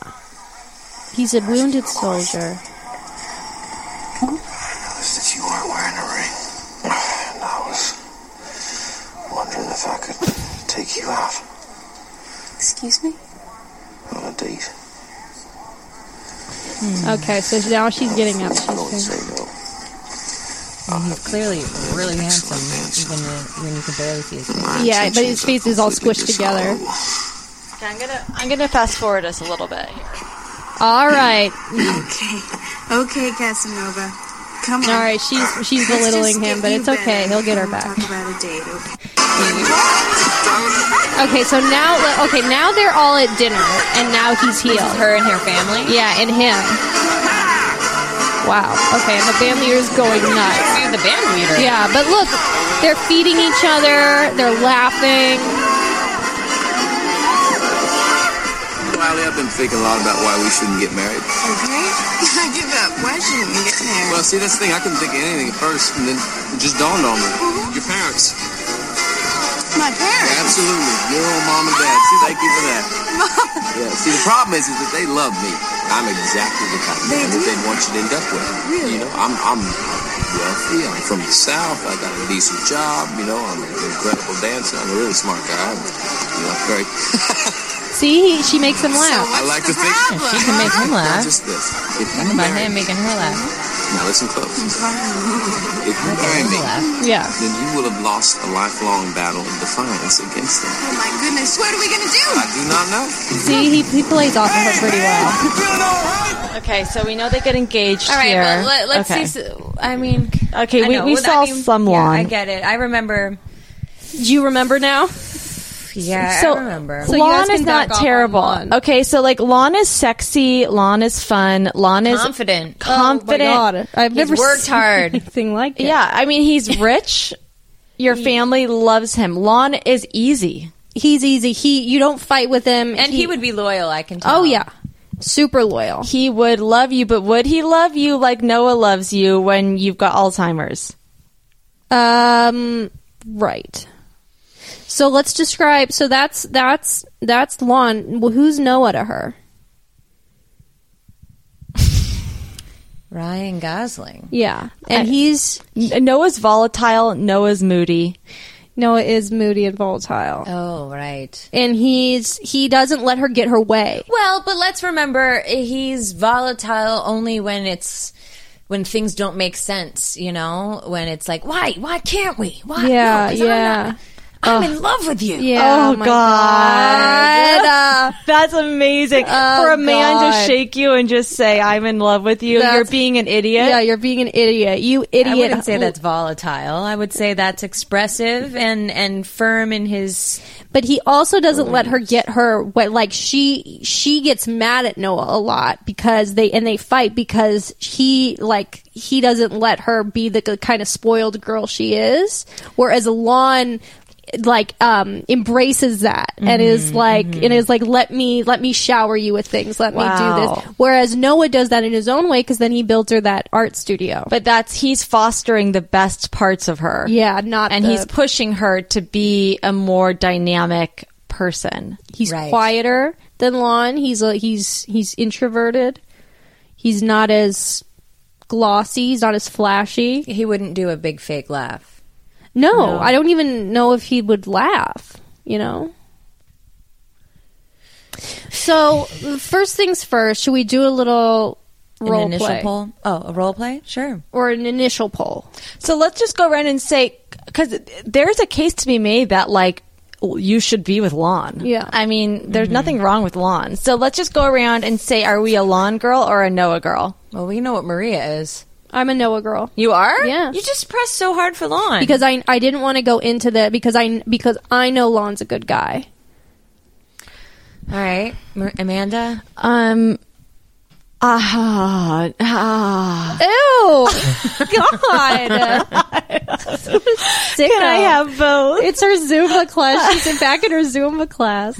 D: He's a wounded soldier.
F: noticed that you weren't wearing a ring. And I was wondering if I could take you out
G: Excuse me?
F: on a date.
D: Okay, so now she's getting up.
F: I don't
D: She's
F: say no.
E: He's clearly really handsome, even when you can barely see his face.
F: My
D: yeah, but his
F: intentions are
D: face is all
F: completely
D: squished together.
F: dishonorable.
C: I'm gonna I'm gonna fast forward us a little bit.
D: All right,
G: Okay. Okay, Casanova. Come on.
D: all right. She's she's
G: Let's just
D: belittling him,
G: get
D: but
G: you
D: it's okay.
G: better
D: He'll get her
G: and we'll
D: back.
G: Talk about a date, okay?
D: Okay, so now okay now they're all at dinner, and now he's healed.
E: Her and her family.
D: Yeah, and him. Wow. Okay, and the band leader's going nuts.
E: You're the band leader.
D: Yeah, but look, they're feeding each other, they're laughing.
F: Well, Allie, I've been thinking a lot about why we shouldn't get married.
G: Okay? I give up. Why shouldn't we get married?
F: Well, see, that's the thing. I couldn't think of anything at first, and then it just dawned on me. Your parents.
G: Mm-hmm. my parents.
F: Absolutely. Your old mom and dad. See, thank you for that. Yeah. See, the problem is, is that they love me. I'm exactly the kind of
G: They
F: man that
G: do?
F: they want you to end up with.
G: Really?
F: You know, I'm, I'm wealthy. I'm from the South. I got a decent job. You know, I'm an incredible dancer. I'm a really smart guy. I'm, you know, very.
D: See, he, she makes him
G: So
D: laugh.
G: what's
F: I like
G: the
F: to think-
G: problem?
E: She can make him
F: Not
E: laugh.
F: just this. If you
E: Think about
F: marry
E: him making her laugh.
F: now listen close. If you marry me,
D: Yeah.
F: then you will have lost a lifelong battle of defiance against them.
G: Oh my goodness. What are we gonna do?
F: I do not know.
D: See, he, he plays off of her pretty well.
C: Okay, so we know they get engaged here. okay.
E: I mean,
C: Okay, we- we saw some
E: yeah, I
C: lawn.
E: get it. I remember.
D: Do you remember now?
E: Yeah,
C: So-
E: I remember.
D: so you guys
C: Lon
D: can
C: is not
D: back off on
C: terrible.
D: Lon.
C: Okay, so like Lon is sexy, Lon is fun, Lon is
E: confident.
C: Oh confident.
D: Oh I've
E: He's worked hard.
D: anything like that.
C: Yeah, I mean he's rich. Your family loves him. Lon is easy.
D: He's easy. He you don't fight with him
E: And he would be loyal, I can tell.
D: Oh yeah. Super loyal.
C: He would love you, but would he love you like Noah loves you when you've got Alzheimer's?
D: Um right. So let's describe. So that's that's that's Lon. Well, who's Noah to her?
E: Ryan Gosling.
D: Yeah, and he's
C: N- Noah's volatile. Noah's moody.
D: Noah is moody and volatile,
E: Oh, right.
D: and he's he doesn't let her get her way.
E: Well, but let's remember he's volatile only when it's when things don't make sense, you know? When it's like, why? Why can't we? Why?
D: Yeah,
E: No, 'cause
D: yeah.
E: I'm, not, I'm in love with you.
D: Yeah.
C: Oh,
D: my
C: God. Uh, oh,
D: God.
C: That's amazing. For a man
D: God.
C: to shake you and just say, "I'm in love with you,"
D: That's-
C: you're being an idiot.
D: yeah, you're being an idiot. You
E: I
D: idiot.
E: wouldn't say that's volatile. I would say that's expressive and, and firm in his.
D: but he also doesn't let her get her what like she she gets mad at Noah a lot because they and they fight because he like he doesn't let her be the kind of spoiled girl she is whereas Lon like um embraces that and is like and is like let me let me shower you with things let me do
C: Wow.
D: this whereas Noah does that in his own way cuz then he builds her that art studio
C: But that's he's fostering the best parts of her.
D: yeah not
C: and
D: the-
C: he's pushing her to be a more dynamic person.
D: He's
E: Right.
D: quieter than Lon. He's a, he's he's introverted. He's not as glossy. He's not as flashy.
E: He wouldn't do a big fake laugh.
D: No, I don't even know if he would laugh. You know. So first things first, should we do a little role
E: an initial
D: play
E: poll. Oh, a role play? Sure.
D: or an initial poll?
C: So let's just go around and say because there's a case to be made that like you should be with Lon.
D: Yeah.
C: I mean, there's nothing wrong with Lon. So let's just go around and say, are we a Lon girl or a Noah girl?
E: Well, we know what Maria is.
D: I'm a Noah girl.
E: You are?
D: Yeah.
E: You just pressed so hard for Lon.
D: because I, I didn't want to go into that because I because I know Lon's a good guy.
E: All right. Mar- Amanda?
C: Um. Ah, ah.
D: Ew! God!
C: Can I have both?
D: It's her Zumba class. She's in back in her Zumba class.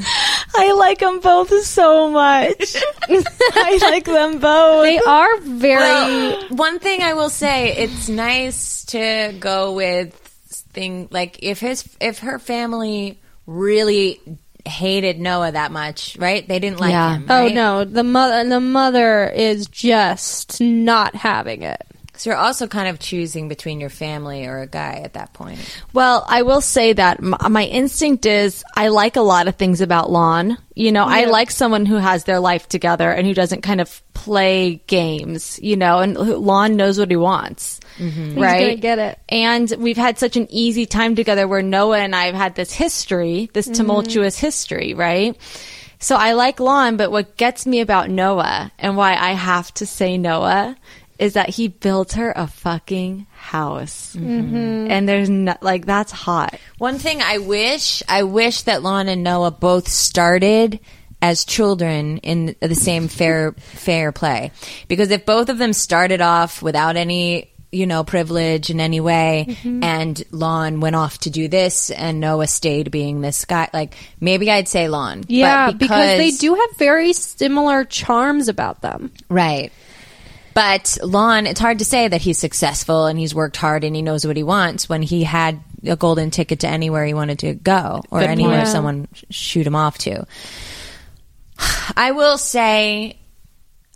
C: I like them both so much. I like them both.
D: They are very.
E: Well, one thing I will say, it's nice to go with thing like if his if her family really hated Noah that much, right? They didn't like
C: Yeah.
E: him.
D: oh
E: right?
D: no, the mother. The mother is just not having it.
E: So you're also kind of choosing between your family or a guy at that point.
C: Well, I will say that my, my instinct is I like a lot of things about Lon. You know, I like someone who has their life together and who doesn't kind of play games, you know, and who- Lon knows what he wants. Right?
D: gonna get it.
C: And we've had such an easy time together where Noah and I have had this history,
D: Mm-hmm.
C: this tumultuous history, right? So I like Lon, but what gets me about Noah and why I have to say Noah is that he built her a fucking house.
D: Mm-hmm.
C: And there's not like that's hot.
E: One thing I wish, I wish that Lon and Noah both started as children in the same fair fair play. Because if both of them started off without any, you know, privilege in any way
D: Mm-hmm.
E: and Lon went off to do this and Noah stayed being this guy, like maybe I'd say Lon. But
D: Yeah, because, they do have very similar charms about them.
E: Right. But Lon, it's hard to say that he's successful and he's worked hard and he knows what he wants when he had a golden ticket to anywhere he wanted to go or anywhere someone sh- shoot him off to. I will say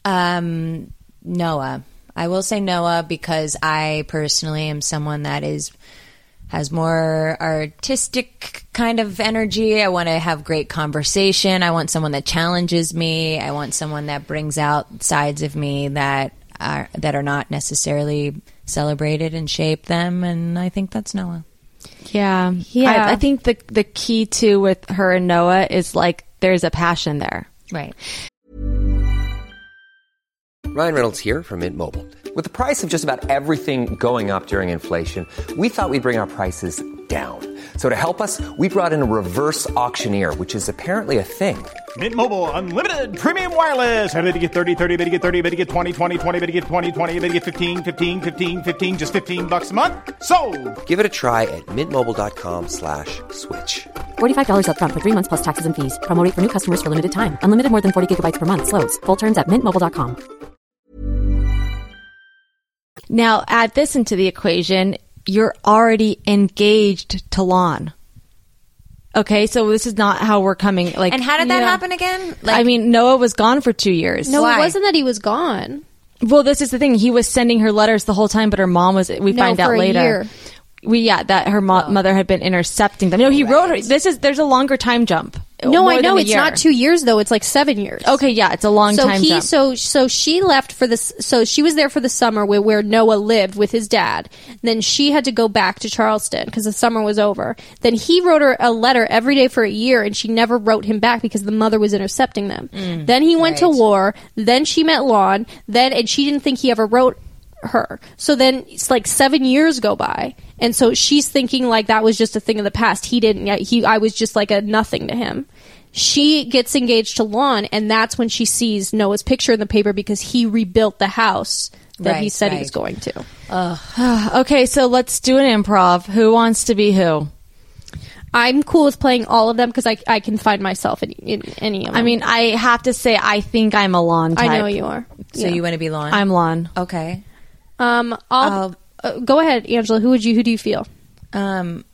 E: um, Noah. I will say Noah because I personally am someone that is has more artistic kind of energy. I want to have great conversation. I want someone that challenges me. I want someone that brings out sides of me that are that are not necessarily celebrated and shape them. And I think that's Noah.
C: Yeah.
D: Yeah.
C: I, I think the the key too with her and Noah is like there's a passion there.
E: Right.
A: Ryan Reynolds here from Mint Mobile. With the price of just about everything going up during inflation, we thought we'd bring our prices down. So to help us, we brought in a reverse auctioneer, which is apparently a thing.
H: Mint Mobile unlimited premium wireless. Ready to get 30, 30, bit to get 30, bit to get 20, 20, 20, bit to get 20, 20, bit to get 15, 15, 15, 15 just 15 bucks a month. So,
A: Give it a try at mintmobile.com slash switch.
B: $45 upfront for three months plus taxes and fees. Promo rate for new customers for limited time. Unlimited more than 40 gigabytes per month. Slows. Full terms at mintmobile.com.
C: Now add this into the equation, you're already engaged to Lon. Okay, so this is not how we're coming. Like,
E: And how did that
D: Yeah.
E: happen again?
C: I mean, Noah was gone for two years.
D: No,
E: Why?
D: it wasn't that he was gone.
C: Well, this is the thing. He was sending her letters the whole time, but her mom was. We
D: No,
C: find out
D: for a
C: later.
D: year. Oh.
C: We yeah, that her mo- mother had been intercepting them. No, he wrote her. This is there's a longer time jump.
D: No,
C: More
D: I
C: than
D: know
C: a
D: it's
C: year.
D: not two years though. It's like seven years.
C: Okay, yeah, it's a long
D: So
C: time
D: he
C: jump.
D: so so she left for this. So she was there for the summer where, where Noah lived with his dad. Then she had to go back to Charleston because the summer was over. Then he wrote her a letter every day for a year, and she never wrote him back because the mother was intercepting them.
C: Mm.
D: then he went to war. Then she met Lon. Then and she didn't think he ever wrote her. So then it's like seven years go by, and so she's thinking like that was just a thing of the past. He didn't. yet. He I was just like a nothing to him. She gets engaged to Lon, and that's when she sees Noah's picture in the paper because he rebuilt the house that he
E: Right,
D: said he
E: right.
D: was going to.
C: okay, so let's do an improv. Who wants to be who?
D: I'm cool with playing all of them because I, I can find myself in, in any of them.
C: I mean, I have to say, I think I'm a Lon. Type.
D: I know you are.
E: so you want to be Lon?
C: I'm Lon.
D: Oh,
E: okay.
D: Um, I'll, uh, go ahead, Angela. Who would you? Who do you feel?
E: Um,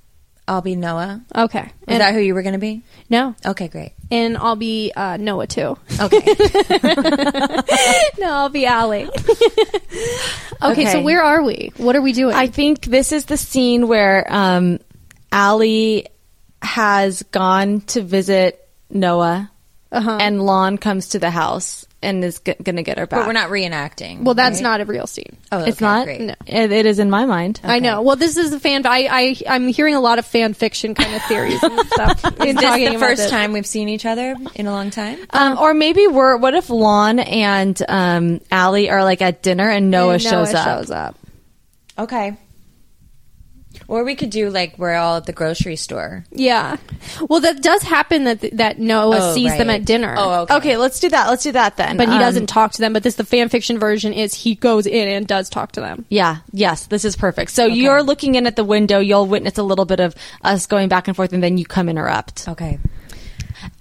E: I'll be Noah.
D: Okay,
E: Is that who you were going to be?
D: no,
E: Okay, great.
D: and I'll be uh, Noah too.
E: Okay.
D: No, I'll be Allie. okay,
C: Okay.
D: so where are we? What are we doing?
C: I think this is the scene where um, Allie has gone to visit Noah,
D: Uh-huh.
C: and Lon comes to the house and is g- going to get her back.
E: but we're not reenacting.
D: well, that's not a real scene.
E: Oh,
C: It's
E: okay,
C: not.
E: Great.
C: It, it is in my mind.
D: I know. Well, this is a fan. I, I I'm hearing a lot of fan fiction kind of theories and stuff. in talking
E: Is this the
D: about Uh,
E: first
D: this.
E: time we've seen each other in a long time?
C: Um, or maybe we're. What if Lon and um, Allie are like at dinner and Noah,
D: And
C: shows, up?
D: shows up.
E: Okay. Or we could do like we're all at the grocery store.
D: Yeah. Well, that does happen that that Noah
E: Oh,
D: sees them
E: right.
D: at dinner.
E: Oh,
C: Okay. let's do that. Let's do that then.
D: But he
C: Um,
D: doesn't talk to them. But this the fan fiction version is he goes in and does talk to them.
C: Yeah. Yes. This is perfect. So you're looking in at the window. You'll witness a little bit of us going back and forth, and then you come interrupt.
E: Okay.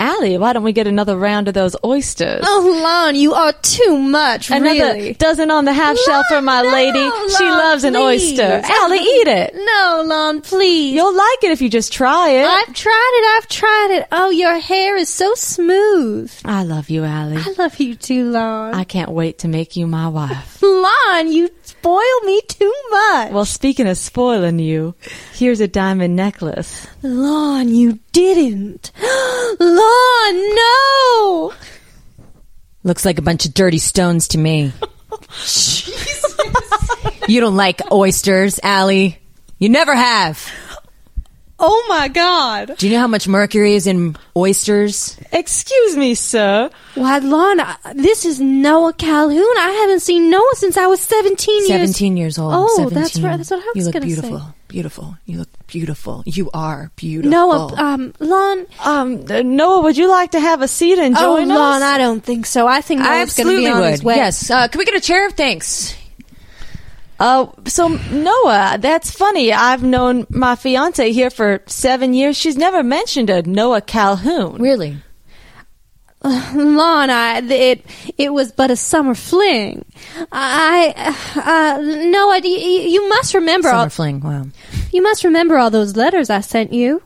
C: Allie, why don't we get another round of those oysters?
D: Oh, Lon, you are too much.
C: Another
D: really.
C: dozen on the half shell for my
D: No,
C: lady. she
D: Lon,
C: loves an
D: please.
C: oyster. Allie, eat it.
D: No, Lon, please.
C: You'll like it if you just try it.
D: I've tried it. I've tried it. Oh, your hair is so smooth.
C: I love you, Allie.
D: I love you too, Lon.
C: I can't wait to make you my wife.
D: Lon, you spoil me too much.
C: well, speaking of spoiling you, here's a diamond necklace.
D: Lon, you didn't. Lon, no.
E: Looks like a bunch of dirty stones to me. you don't like oysters, Allie. You never have.
D: Oh my God.
E: Do you know how much mercury is in oysters?
C: Excuse me, sir.
D: Why, Lon? I, this is Noah Calhoun. I haven't seen Noah since I was seventeen years.
E: Seventeen years old.
D: Oh,
E: 17.
D: that's right. That's what I was
E: You look
D: gonna
E: beautiful.
D: say.
E: Beautiful. You look beautiful. You are beautiful.
D: Noah, um, Lon.
C: Um, uh, Noah, would you like to have a seat and
D: Oh,
C: join us?
D: Lon, I don't think so. I think
E: I
D: Noah's going to
E: absolutely
D: be on
E: would.
D: his way.
E: Yes. Uh, can we get a chair? Thanks.
C: Uh, so Noah, that's funny. I've known my fiance here for seven years. She's never mentioned a Noah Calhoun.
E: Really?
D: Lon, I th- it it was but a summer fling. I uh, no, I, you, you must remember all,
E: Summer fling. Wow.
D: you must remember all those letters I sent you.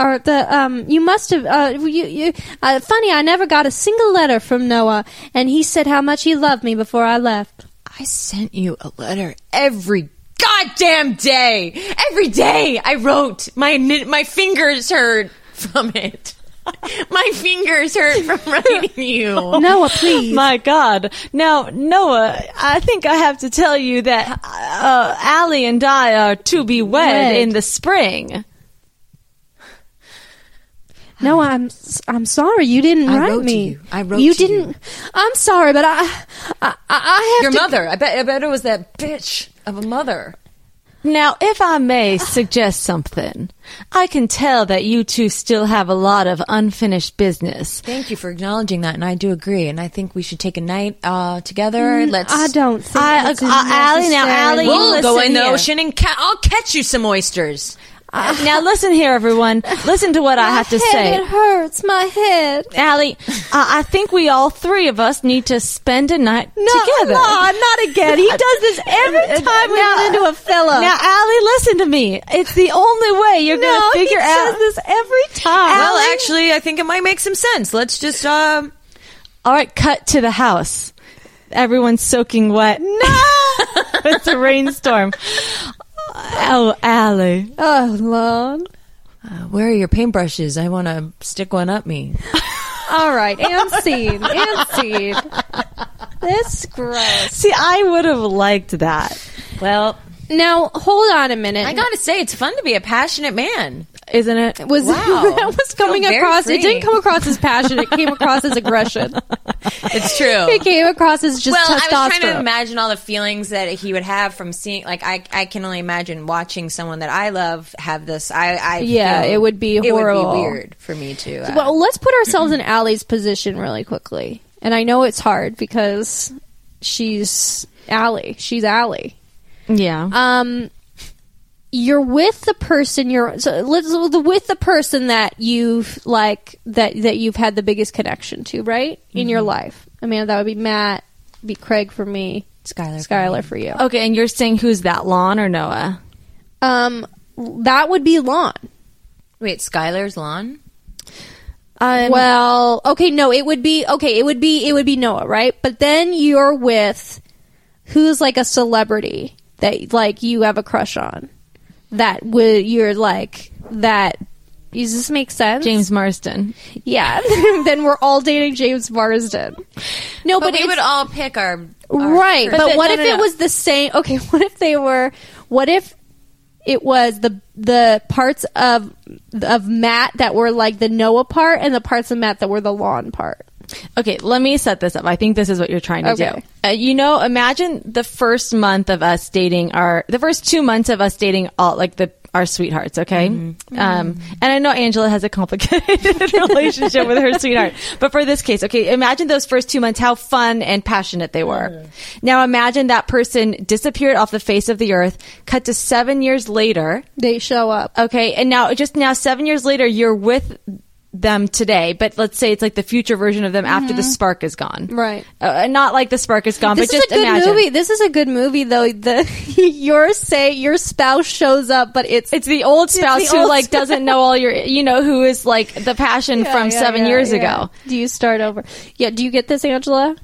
D: Or the um, you must have uh, you, you uh, funny. I never got a single letter from Noah, and he said how much he loved me before I left.
E: I sent you a letter every goddamn day. Every day I wrote. My ni- my fingers hurt from it. my fingers hurt from writing you.
D: Noah, please.
C: Oh. My God. Now, Noah, I think I have to tell you that uh, Allie and I are to be wed
D: Wed.
C: in the spring.
D: No, I'm s- I'm sorry. You didn't
E: I
D: write
E: wrote to
D: me.
E: you. I wrote
D: You
E: to you.
D: didn't. I'm sorry, but I I, I, I have
E: Your
D: to.
E: mother. I bet I bet it was that bitch of a mother.
C: Now, if I may suggest something, I can tell that you two still have a lot of unfinished business.
E: Thank you for acknowledging that and I do agree and I think we should take a night uh together. Let's
D: I don't think.
C: I-
D: this is
C: uh, Allie, now,
D: necessary.
C: Allie, you
E: We'll go
C: listen
E: in the
C: here.
E: ocean and ca- I'll catch you some oysters.
C: now listen here, everyone. Listen to what I have to
D: head,
C: say.
D: It hurts my head.
C: Allie, uh, I think we all three of us need to spend a night together.
D: Aw, not again. He does this every time we run into a fella.
C: Now, Allie, listen to me. It's the only way you're
D: no,
C: going to
D: he
C: figure out.
D: says this every time.
E: Well, actually, I think it might make some sense. Let's just um,
C: All right, cut to the house. Everyone's soaking wet. No! it's a rainstorm. Oh, Allie.
D: oh, Lon.
E: where are your paintbrushes? I want to stick one up me.
D: All right, and scene, and scene. This is gross.
C: See, I would have liked that.
E: Well,
D: Now, hold on a minute.
E: I gotta say, it's fun to be a passionate man.
C: Isn't it?
D: was
E: Wow.
D: that was coming
E: Feel very
D: across. It
E: freeing.
D: didn't come across as passion. It came across as aggression.
E: It's true.
D: It came across as just
E: well, I was
D: testosterone.
E: trying to imagine all the feelings that he would have from seeing. Like, I, I can only imagine watching someone that I love have this. I, I
D: Yeah,
E: feel-
D: it would be horrible.
E: weird for me to. Uh,
D: well, let's put ourselves in Allie's position really quickly. And I know it's hard because she's Allie. She's Allie.
C: Yeah.
D: Um, you're with the person you're so let's the with the person that you've like that that you've had the biggest connection to, right? In your life. I mean, that would be Matt, be Craig for me,
E: Skylar for
D: Skylar for you.
C: okay, and you're saying who's that, Lon or Noah?
D: Um, that would be Lon.
E: wait, Skylar's lawn.
C: Um,
D: Well, okay, no, it would be okay. It would be it would be Noah, right? But then you're with who's like a celebrity that like you have a crush on. That would you're like that. Does this make sense?
C: James Marsden.
D: yeah. then we're all dating James Marsden. No, but,
E: But, we
D: it's-
E: would all pick our, our
D: right.
E: first-
D: But,
C: the-
D: what
C: no,
D: if
C: no, no.
D: it was the same? Okay, what if they were? What if it was the the parts of of Matt that were like the Noah part, and the parts of Matt that were the lawn part?
C: Okay, let me set this up. I think this is what you're trying to
D: Okay.
C: do. Uh, you know, imagine the first month of us dating our, the first two months of us dating all, like the, our sweethearts, okay? Um, and I know Angela has a complicated relationship with her sweetheart, but for this case, okay, imagine those first two months, how fun and passionate they were. Now imagine that person disappeared off the face of the earth, cut to seven years later,
D: They show up.
C: Okay, and now just now, seven years later, you're with them today, but let's say it's like the future version of them after the spark is gone,
D: Mm-hmm. Right.
C: Uh, not like the spark is gone,
D: This
C: but
D: is
C: just
D: a good
C: imagine.
D: movie. This is a good movie, though. The your say your spouse shows up, but it's
C: It's the old spouse
D: the
C: who
D: old
C: like
D: spouse.
C: doesn't know all your, you know, who is like the passion
D: Yeah,
C: from
D: yeah,
C: seven
D: yeah,
C: years
D: yeah.
C: ago.
D: Do you start over? Yeah. Do you get this, Angela?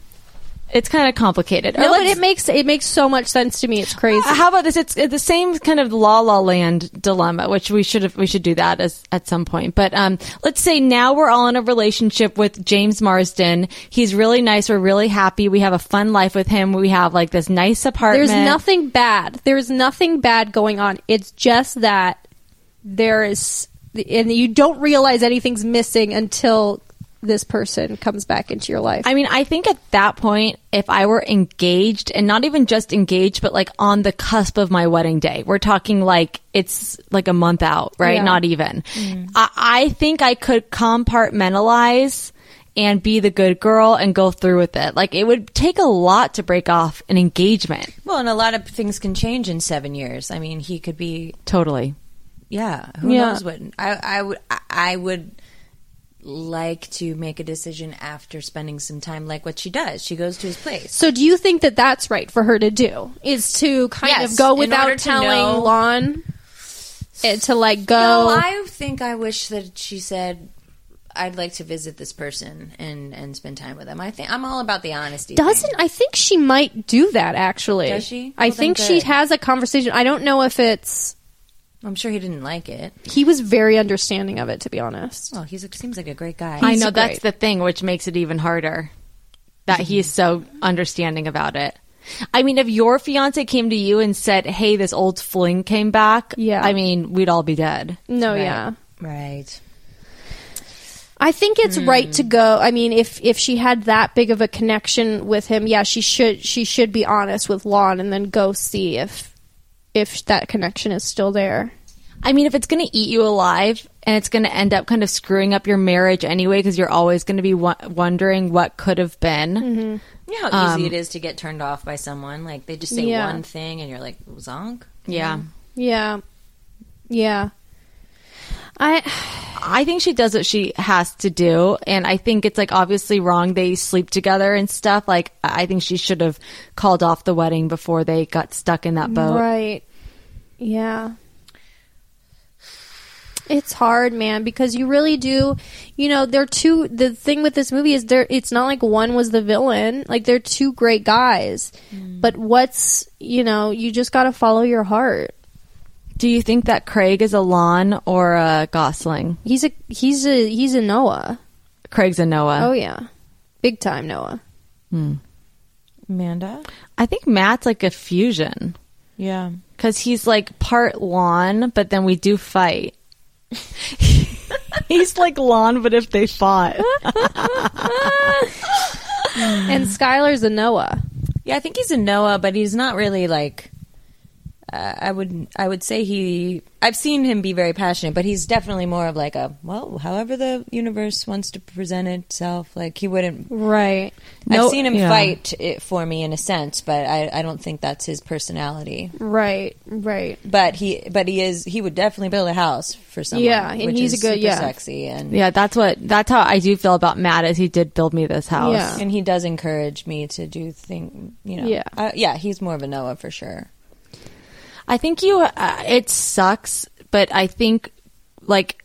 C: It's kind of complicated. Or
D: No, but
C: let's-
D: it makes it makes so much sense to me. It's crazy.
C: Uh, how about this? It's, it's the same kind of La La Land dilemma, which we should have, we should do that as at some point. But um, let's say now we're all in a relationship with James Marsden. He's really nice. We're really happy. We have a fun life with him. We have like this nice apartment.
D: There's nothing bad. There's nothing bad going on. It's just that there is, and you don't realize anything's missing until this person comes back into your life.
C: I mean, I think at that point, if I were engaged and not even just engaged, but like on the cusp of my wedding day, we're talking like it's like a month out, right?
D: Yeah.
C: Not even. I, I think I could compartmentalize and be the good girl and go through with it. Like it would take a lot to break off an engagement.
E: Well, and a lot of things can change in seven years. I mean, he could be.
C: Totally.
E: Yeah, who
C: Yeah.
E: knows what? I, I would. I- I would like to make a decision after spending some time, like what she does. She goes to his place.
D: so, do you think that that's right for her to do? Is to kind
E: Yes,
D: of go
E: in order
D: without
E: to
D: telling
E: know-
D: Lon, and to like
E: No,
D: go.
E: I think I wish that she said. I'd like to visit this person and and spend time with them. I think I'm all about the honesty. thing.
D: doesn't I think she might do that actually?
E: Does she?
D: I
E: Well, then
D: think she
E: good.
D: has a conversation. I don't know if it's
E: I'm sure he didn't like it.
D: he was very understanding of it to be honest.
E: Well, he seems like a great guy.
C: I
D: He's
C: know that's
D: great. Mm-hmm.
C: the thing which makes it even harder that he is so understanding about it. I mean, if your fiance came to you and said, "Hey, this old fling came back,"
D: Yeah.
C: I mean, we'd all be dead.
D: No, yeah.
E: right.
D: I think it's right to go. I mean, if if she had that big of a connection with him, yeah, she should she should be honest with Lon and then go see if if that connection is still there.
C: I mean, if it's going to eat you alive and it's going to end up kind of screwing up your marriage anyway, because you're always going to be w- wondering what could have been.
D: Mm-hmm.
E: You know how
C: Um,
E: easy it is to get turned off by someone. Like they just say
D: Yeah.
E: one thing and you're like zonk.
C: Yeah.
D: Yeah. Yeah. I
C: I think she does what she has to do, and I think it's like obviously wrong. They sleep together and stuff. Like I I think she should have called off the wedding before they got stuck in that
D: Uh,
C: boat.
D: right. Yeah. It's hard, man, because you really do. You know, they're two. The thing with this movie is there. It's not like one was the villain. Like they're two great guys, but what's you know, you just got to follow your heart.
C: Do you think that Craig is a Lon or a Gosling?
D: He's a he's a he's a Noah.
C: Craig's a Noah.
D: Oh yeah, big time Noah.
E: Amanda?
C: I think Matt's like a fusion
E: Yeah.
C: because he's like part Lon, but then we do fight. he's like Lon, but if they fought.
D: And Skylar's a Noah.
E: Yeah, I think he's a Noah, but he's not really like. Uh, I would I would say he I've seen him be very passionate, but he's definitely more of like a well, however the universe wants to present itself. Like he wouldn't.
D: Right.
E: I've seen him
C: yeah.
E: fight it for me in a sense, but I, I don't think that's his personality.
D: Right. Right.
E: But he but he is he would definitely build a house for someone.
D: Yeah, and
E: which
D: he's
E: is
D: a good-
E: super
D: yeah.
E: sexy and
C: Yeah, that's what that's how I do feel about Matt is he did build me this house.
D: Yeah.
E: and he does encourage me to do thing. You know,
D: Yeah.
E: uh, yeah, he's more of a Noah for sure.
C: I think you. Uh, it sucks, but I think like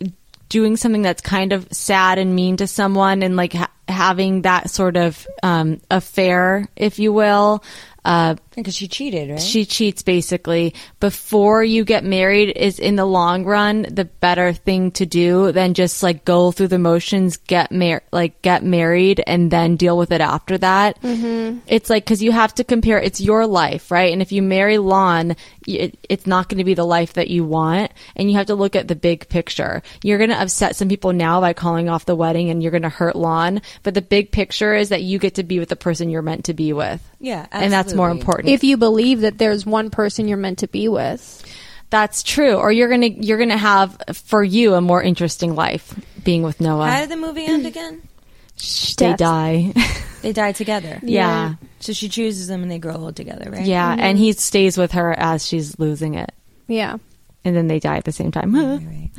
C: doing something that's kind of sad and mean to someone, and like ha- having that sort of um, affair, if you will. Uh,
E: Because she cheated, right?
C: she cheats basically before you get married is in the long run the better thing to do than just like go through the motions get mar- like get married and then deal with it after that mm-hmm. it's like because you have to compare it's your life right and if you marry lon y- it, it's not going to be the life that you want and you have to look at the big picture you're going to upset some people now by calling off the wedding and you're going to hurt lon but the big picture is that you get to be with the person you're meant to be with
E: Yeah,
C: and that's more
E: absolutely.
C: important
D: If you believe that there's one person you're meant to be with.
C: That's true. Or you're gonna you're gonna have for you a more interesting life being with Noah.
E: How did the movie end again?
C: Shh, they die.
E: They die together.
C: yeah,
E: So she chooses them and they grow old together, right?
C: yeah. And he stays with her as she's losing it,
D: Yeah.
C: and then they die at the same time.
E: Right.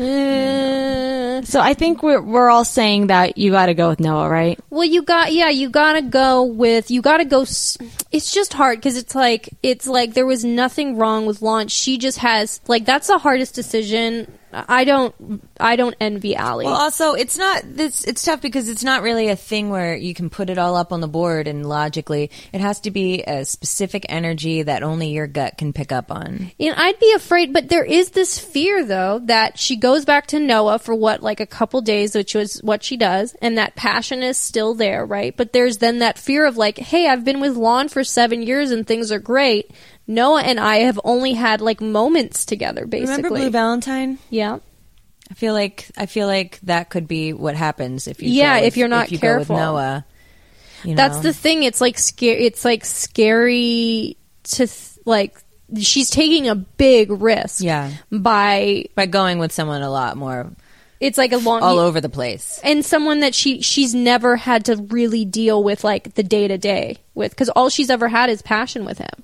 C: so I think we're we're all saying that you got to go with Noah, right?
D: Well, you got yeah, you gotta go with you gotta go. s- It's just hard because it's like it's like there was nothing wrong with launch. She just has like that's the hardest decision. I don't I don't envy Allie.
E: Well, also, it's not this. It's tough because it's not really a thing where you can put it all up on the board and logically. It has to be a specific energy that only your gut can pick up on.
D: And I'd be afraid, but there is this fear though that she goes back to Noah for what like a couple days, which was what she does, and that passion is still there, right? But there's then that fear of like, hey, I've been with Lon for seven years and things are great. Noah and I have only had like moments together, basically.
E: Remember Blue Valentine?
D: yeah,
E: I feel like I feel like that could be what happens if you.
D: Yeah,
E: go with-
D: if you're not
E: if you
D: careful.
E: Go with Noah. you
D: that's
E: know?
D: the thing. It's like scary. It's like scary to th- like she's taking a big risk.
E: Yeah.
D: by
E: by going with someone a lot more
D: it's like a long
E: all over the place.
D: and someone that she she's never had to really deal with like the day to day with because all she's ever had is passion with him.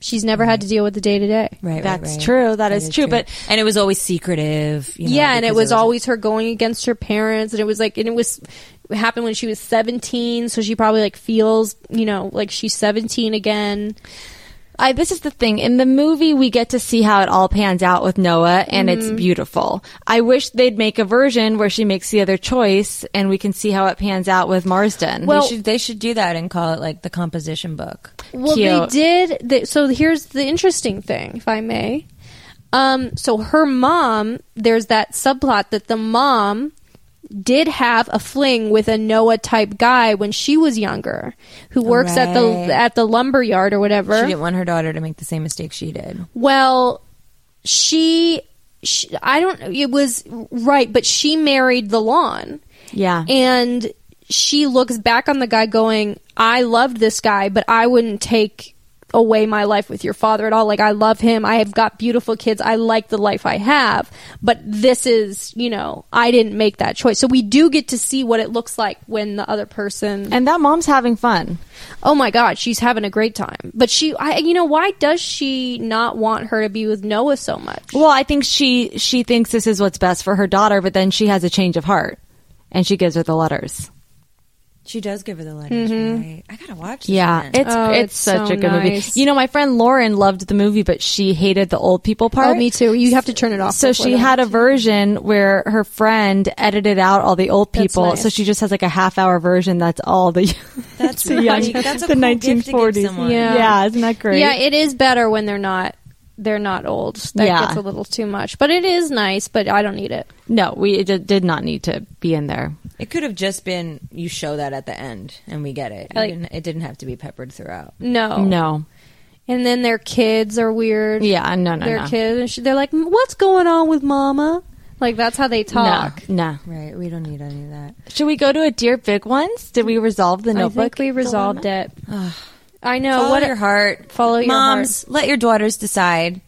D: She's never had to deal with the day to day.
E: Right.
C: That's true. that is, true. But
E: and it was always secretive. You know,
D: Yeah, and it
E: because
D: was always her going against her parents, and it was like, and it was it happened when she was seventeen, so she probably like feels you know like she's seventeen again.
C: I, this is the thing. In the movie, we get to see how it all pans out with Noah, and it's beautiful. I wish they'd make a version where she makes the other choice, and we can see how it pans out with Marsden.
E: They should, they should do that and call it like the composition book.
D: Well,
C: Cute.
D: they did. They, so here's the interesting thing, if I may. Um, so her mom, there's that subplot that the mom did have a fling with a Noah type guy when she was younger, who works at
E: Right.
D: the at the lumber yard or whatever.
E: She didn't want her daughter to make the same mistake she did.
D: Well, she, she, I don't. It was right, but she married the lawn.
C: Yeah.
D: and she looks back on the guy, going, "I loved this guy, but I wouldn't take." away my life with your father at all. Like I love him. I have got beautiful kids. I like the life I have. But this is, you know, I didn't make that choice. So we do get to see what it looks like when the other person
C: And that mom's having fun.
D: oh my god she's having a great time but she i you know why does she not want her to be with noah so much
C: Well, I think she she thinks this is what's best for her daughter, but then she has a change of heart and she gives her the letters.
E: She does give her the letters, right? I gotta watch.
C: Mm-hmm.
E: This
C: Yeah,
E: then.
C: it's
D: Oh,
C: it's,
D: it's
C: such
D: so
C: a good
D: nice.
C: movie. You know, my friend Lauren loved the movie, but she hated the old people part.
D: oh me too you have to turn it off
C: So
D: before
C: she
D: the-
C: had a version where her friend edited out all the old
D: That's
C: people.
D: nice.
C: So she just has like a half hour version that's all the
E: That's
C: the
E: pretty-
C: young,
E: that's a
C: the
E: cool gift to give
C: 1940s.
E: someone.
C: yeah.
D: Yeah.
C: isn't that great?
D: yeah it is better when they're not they're not old that
C: Yeah.
D: gets a little too much but it is nice but i don't need it
C: no, we it did- did not need to be in there.
E: It could have just been you show that at the end and we get it. You didn't- it didn't have to be peppered throughout.
D: no
C: No,
D: and then their kids are weird
C: yeah, no, no,
D: their
C: no.
D: kids and she, they're like what's going on with mama like that's how they
C: no,
D: talk
C: no.
E: Right. We don't need any of that.
C: Should we go to a dear big ones? Did we resolve the
D: i
C: notebook?
D: think we resolved it i know
E: Follow
D: what
E: your heart.
D: follow your
E: Moms, let your daughters decide.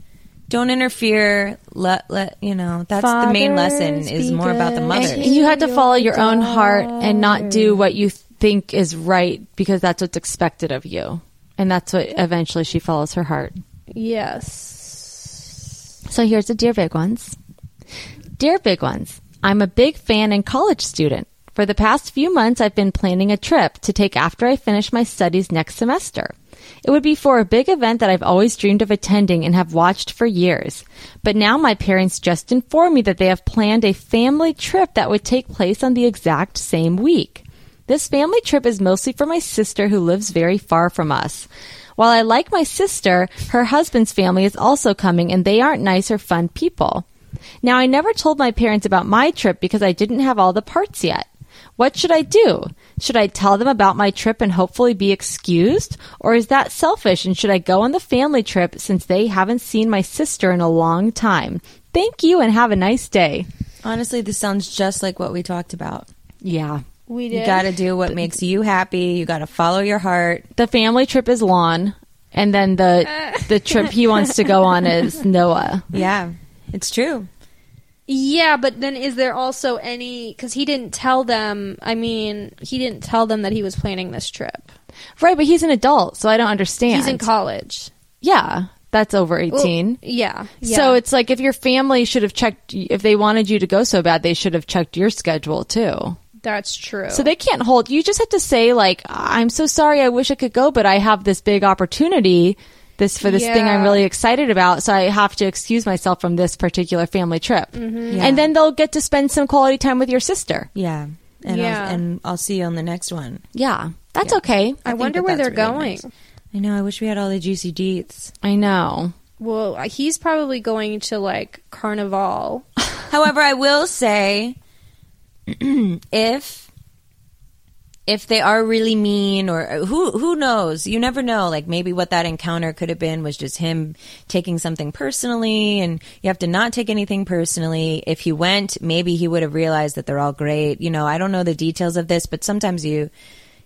E: Don't interfere. Let let you know. That's the main
D: Fathers,
E: lesson is
D: be
E: more about the
D: good.
E: mothers.
C: And you had to follow your own heart and not do what you think is right because that's what's expected of you. And that's what eventually she follows her heart.
D: yes
C: So here's the Dear Big Ones. Dear Big Ones, I'm a big fan and college student. For the past few months, I've been planning a trip to take after I finish my studies next semester. It would be for a big event that I've always dreamed of attending and have watched for years. But now my parents just informed me that they have planned a family trip that would take place on the exact same week. This family trip is mostly for my sister who lives very far from us. While I like my sister, her husband's family is also coming and they aren't nice or fun people. Now, I never told my parents about my trip because I didn't have all the parts yet. What should I do? Should I tell them about my trip and hopefully be excused? Or is that selfish and should I go on the family trip since they haven't seen my sister in a long time? Thank you and have a nice day.
E: Honestly, this sounds just like what we talked about.
C: Yeah.
D: we did
E: You got to do what makes you happy. You got to follow your heart. Uh.
C: the family trip is Lon, and then the the trip he wants to go on is Noah.
E: Yeah, it's true.
D: Yeah, but then is there also any cuz he didn't tell them, I mean, he didn't tell them that he was planning this trip.
C: Right, but he's an adult, so I don't understand.
D: He's in college.
C: Yeah, that's over eighteen.
D: Yeah.
C: So
D: yeah.
C: it's like if your family should have checked, if they wanted you to go so bad, they should have checked your schedule too.
D: that's true.
C: So they can't hold. You just have to say like, "I'm so sorry. I wish I could go, but I have this big opportunity, this for this thing I'm
D: Yeah.
C: really excited about. So I have to excuse myself from this particular family trip."
D: Mm.
C: And then they'll get to spend some quality time with your sister.
E: Yeah, and
D: Yeah.
E: I'll, and I'll see you on the next one.
C: Yeah, that's okay.
D: I,
E: think
D: wonder
E: that
D: where they're
E: that's really
D: going.
E: nice. I know. I wish we had all the juicy deets.
C: I know.
D: Well, uh, he's probably going to like Carnival.
E: However, I will say if if they are really mean or uh, who who knows, you never know. Like maybe what that encounter could have been was just him taking something personally and you have to not take anything personally. If he went, maybe he would have realized that they're all great. You know, I don't know the details of this, but sometimes you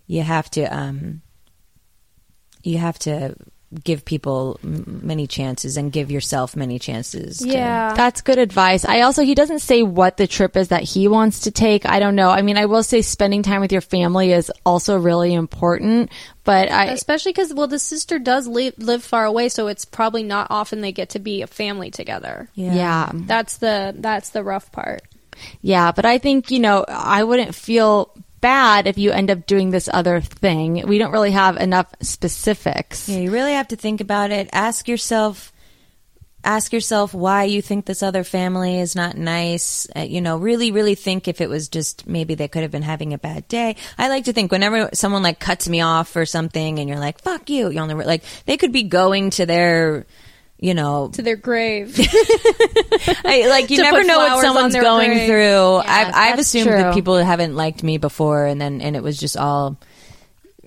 E: you have to um you have to give people m- many chances and give yourself many chances. to-
C: That's good advice. I also, he doesn't say what the trip is that he wants to take. I don't know. I mean, I will say spending time with your family is also really important, but I,
D: Especially cuz well the sister does live live far away, so it's probably not often they get to be a family together.
C: yeah.
D: That's the that's the rough part.
C: Yeah, but I think, you know, I wouldn't feel bad if you end up doing this other thing. We don't really have enough specifics.
E: Yeah, you really have to think about it. Ask yourself, ask yourself why you think this other family is not nice. Uh, you know, really, really think if it was just maybe they could have been having a bad day. I like to think whenever someone like cuts me off or something, and you're like, "Fuck you," you know, like they could be going to their. You know,
D: To their grave.
E: I, like you
D: To
E: never
D: put
E: know what
D: flowers on
E: someone's
D: their
E: going
D: grave.
E: through. I've, I've
C: that's
E: assumed that
C: true.
E: people haven't liked me before, and then and it was just all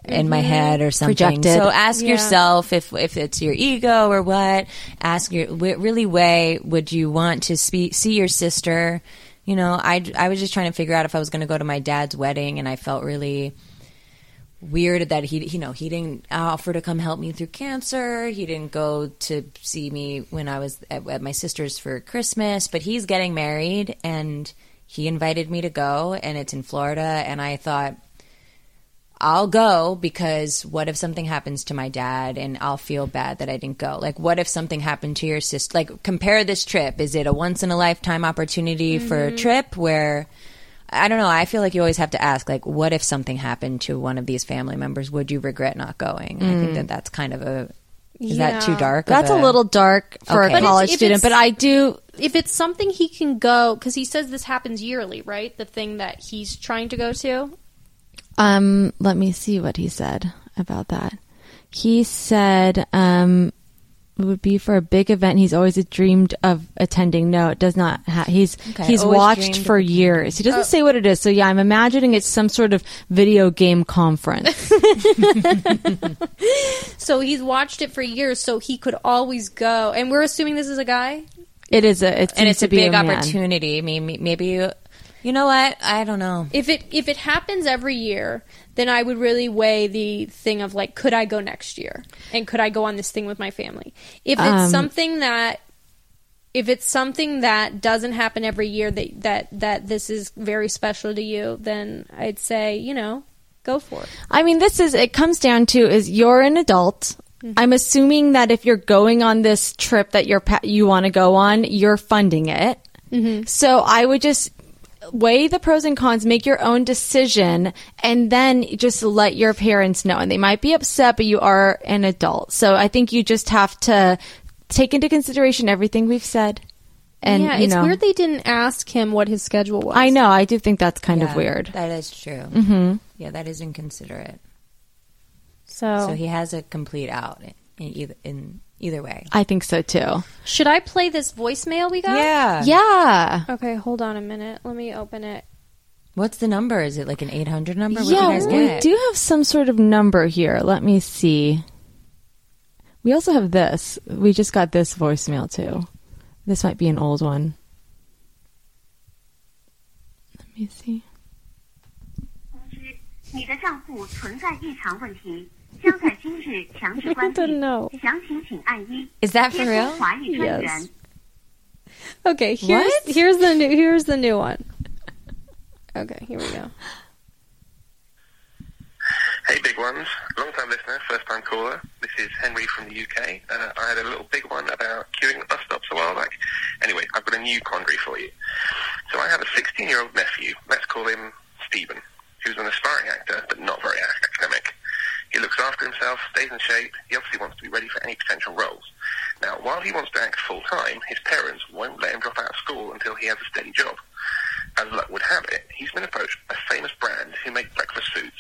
E: in my head or something.
C: Projected.
E: So ask yourself if if it's your ego or what. Ask your wh- really way would you want to spe- see your sister? You know, I I was just trying to figure out if I was going to go to my dad's wedding, and I felt really weird that he you know he didn't offer to come help me through cancer he didn't go to see me when i was at, at my sister's for christmas but he's getting married and he invited me to go and it's in florida and i thought I'll go because what if something happens to my dad and I'll feel bad that I didn't go? Like, what if something happened to your sister? Like, compare this trip. Is it a once in a lifetime opportunity for a trip where, I don't know, I feel like you always have to ask, like, what if something happened to one of these family members? Would you regret not going? I think that that's kind of a, is
D: Yeah.
E: that too dark? of
C: That's a little dark for
E: Okay.
C: a
E: But it's-
C: college
D: if
C: student,
D: it's-
C: but I do.
D: if it's something he can go because he says this happens yearly right the thing that he's trying to go to
C: Um, let me see what he said about that. He said um, it would be for a big event. He's always dreamed of attending. No, it does not. Ha- he's
E: Okay,
C: he's
E: always
C: watched
E: dreamed Oh.
C: for years. He doesn't say what it is. So yeah, I'm imagining it's some sort of video game conference.
D: so he's watched it for years so he could always go and we're assuming this is a guy
C: it is a it seems
E: and it's
C: to
E: a
C: be
E: big
C: man.
E: opportunity. Maybe, maybe you, you know what? I don't know.
D: if it if it happens every year then i would really weigh the thing of like could i go next year and could i go on this thing with my family if it's
C: Um,
D: something that if it's something that doesn't happen every year that that that this is very special to you then i'd say you know go for it
C: I mean, this is it comes down to is you're an adult. I'm assuming that if you're going on this trip that you're pa- you want to go on, you're funding it. So I would just weigh the pros and cons, make your own decision, and then just let your parents know. And they might be upset, but you are an adult, so I think you just have to take into consideration everything we've said. And
D: yeah,
C: you
D: it's
C: know,
D: weird they didn't ask him what his schedule was.
C: I know. I do think that's kind
E: Yeah,
C: of weird.
E: That is true. Mm-hmm. Yeah, that is inconsiderate.
D: So,
C: Oh.
E: So he has a complete out in either in either way.
C: I think so too.
D: should I play this voicemail we got?
C: Yeah.
D: Okay, hold on a minute. Let me open it.
E: What's the number? Is it like an eight hundred number? What
C: yeah,
E: do you guys
C: we
E: get?
C: do have some sort of number here. Let me see. We also have this. We just got this voicemail too. This might be an old one. Let me see.
I: 你的账户存在异常问题，将在今日强制关闭
D: I don't know.。
I: 详情请按一。
E: Is that
I: 接
E: for
I: 通
E: real?
I: 华语专员。
D: Okay, here's
E: What?
D: here's the new here's the new one. Okay, here we go.
J: Hey, big ones. Long time listener, first time caller. This is Henry from the UK. Uh, I had a little big one about queuing at bus stops a while back. Anyway, I've got a new quandary for you. So I have a 16 year old nephew. Let's call him Stephen, who's an aspiring actor, but not very ac- academic. He looks after himself, stays in shape. He obviously wants to be ready for any potential roles. Now, while he wants to act full time, his parents won't let him drop out of school until he has a steady job. As luck would have it, he's been approached by a famous brand who make breakfast foods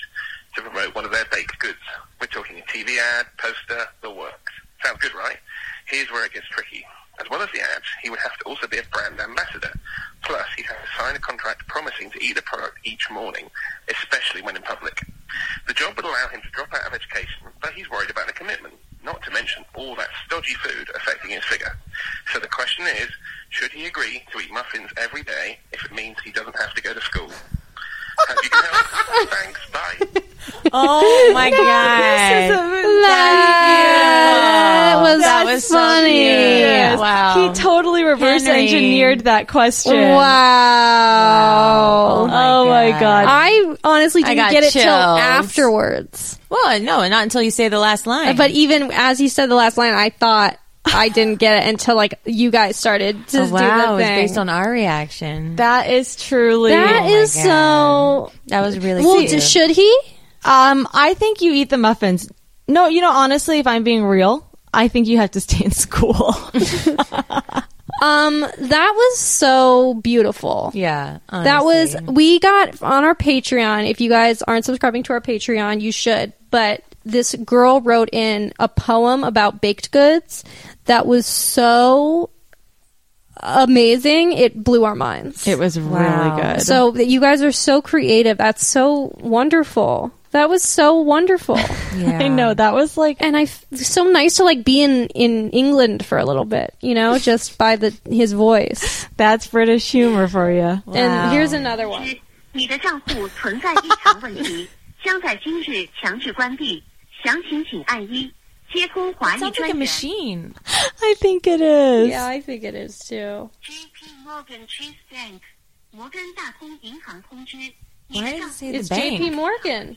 J: to promote one of their baked goods. We're talking a TV ad, poster, the works. Sounds good, right? Here's where it gets tricky. As well as the ads, he would have to also be a brand ambassador. Plus, he'd have to sign a contract promising to eat the product each morning, especially when in public. The job would allow him to drop out of education, but he's worried about the commitment, not to mention all that stodgy food affecting his figure. So the question is, should he agree to eat muffins every day if it means he doesn't have to go to school? Hope you can help. Thanks, bye.
E: Oh my god!
C: That
D: was
E: That was so funny. cute. Yes. Wow.
C: He totally reverse
E: Henry.
C: engineered that question.
D: Wow.
E: Oh my
C: Oh my
E: God.
C: god.
D: I honestly
E: I
D: didn't
E: got
D: get it till
E: chills.
D: afterwards.
E: Well, no, not until you say the last line.
D: But even as he said the last line, I thought I didn't get it until like you guys started to
E: oh, wow,
D: do the
E: it's
D: thing.
E: based on Oh our reaction.
C: that is truly
D: that is so.
E: That was really
D: Well,
E: cute.
D: d- should he?
C: Um, I think you eat the muffins. No, you know, honestly, if I'm being real, I think you have to stay in school.
D: Um, that was so beautiful.
E: yeah,
D: That was
E: honestly.
D: we got on our Patreon. If you guys aren't subscribing to our Patreon, you should. But this girl wrote in a poem about baked goods that was so amazing. It blew our minds.
C: it was
E: Wow.
C: really good.
D: so that you guys are so creative. That's so wonderful. That was so wonderful.
E: Yeah.
C: I know that was like
D: and I f- so nice to like be in in England for a little bit, you know, just by the his voice.
C: that's British humor for you.
D: And here's another one.
I: 一你的账户存在异常问题，将在今日强制关闭，详情请按一。接通华裔
E: Sounds
I: 专员。
E: like a machine.
C: I think it is.
D: Yeah, I think it is too.
I: JP Morgan Chase Bank，摩根大通银行通知，以
E: Why
I: 上
E: does it say the
D: It's
E: bank?
D: JP Morgan.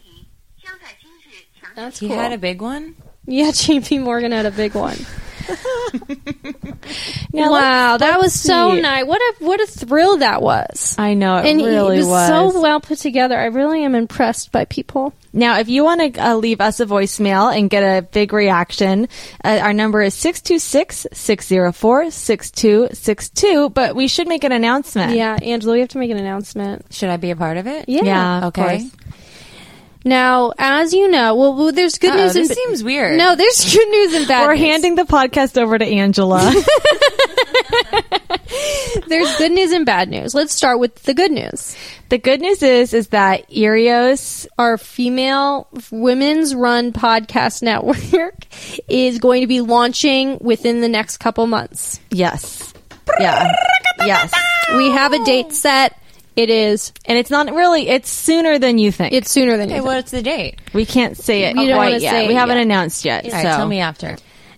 I: 将在今日强制。
D: That's
E: He
D: cool.
E: had a big one.
D: yeah, JP Morgan had a big one. wow, that was so
C: see.
D: nice. What a what a thrill that was.
C: I know it
D: and
C: really
D: it was,
C: was.
D: so well put together. I really am impressed by people.
C: Now, if you want to uh, leave us a voicemail and get a big reaction, uh, our number is 626-604-6262, but we should make an announcement.
D: Yeah, Angela, we have to make an announcement.
E: Should I be a part of it?
D: Yeah.
C: Yeah, of
E: Okay.
C: course.
D: Now, as you know, well, well there's good
E: Uh-oh,
D: news.
E: this
D: and
E: seems weird.
D: No, there's good news and bad.
C: We're
D: news.
C: handing the podcast over to Angela.
D: There's good news and bad news. Let's start with the good news.
C: the good news is, is that Erios,
D: Our female women's run podcast network is going to be launching within the next couple months.
C: yes. Yeah. Yes.
D: We have a date set. It is.
C: And it's not really, it's sooner than you think.
D: It's sooner than you
E: Okay,
D: think.
E: what's the date?
C: we can't say it
D: You don't wanna
C: quite yet.
D: say it
C: we haven't
D: yet.
C: announced yet.
E: All
C: so
E: right, tell me after.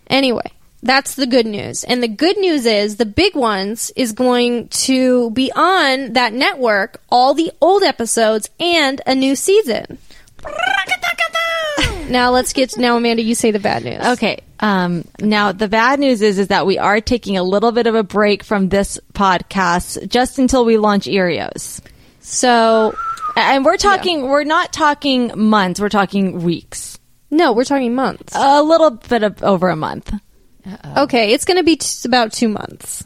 D: Anyway, that's the good news. And the good news is the big ones is going to be on that network, all the old episodes and a new season. now let's get now Amanda, you say the bad news.
C: Okay. Um, now the bad news is is that we are taking a little bit of a break from this podcast just until we launch Erios.
D: So
C: And we're talking we're not talking months, we're talking weeks.
D: no, we're talking months.
C: A little bit of over a month.
D: okay, it's going to be t- about 2 months.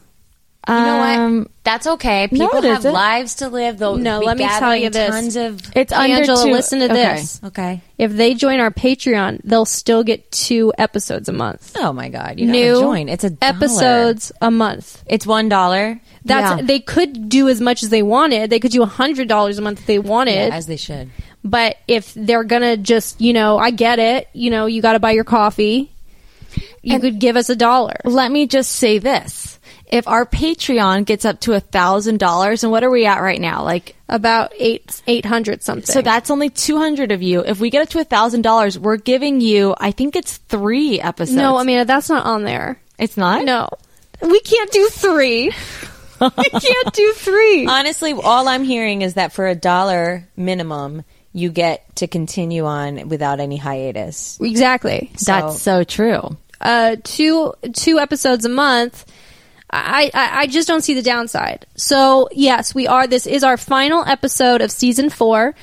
E: You know what?
C: Um,
E: That's okay.
C: no, it
E: People have
C: isn't.
E: lives to live. They'll
D: No,
E: be
D: let me tell you
E: gathering
D: this.
E: Tons of
C: It's under
D: Angela,
C: two-
D: listen to
C: okay.
D: this.
E: okay.
D: If they join our Patreon, they'll still get two episodes a month.
E: Oh my god! You
D: New
E: gotta join. It's a dollar.
D: episodes a month.
E: It's one dollar.
D: That's
C: Yeah.
D: they could do as much as they wanted. They could do a hundred dollars a month if they wanted.
E: as they should.
D: but if they're gonna just, you know, I get it. You know, you got to buy your coffee. You could give us a dollar.
C: let me just say this. If our Patreon gets up to a thousand dollars, and what are we at right now? Like
D: About eight eight hundred something.
C: so that's only two hundred of you. If we get up to a thousand dollars, we're giving you I think it's three episodes.
D: no, I mean that's not on there.
C: it's not?
D: No, we can't do three. we can't do three.
E: Honestly, all I'm hearing is that for a dollar minimum, you get to continue on without any hiatus.
D: Exactly.
C: That's so true.
D: uh, two two episodes a month. I, I I just don't see the downside. So yes, we are. This is our final episode of season four,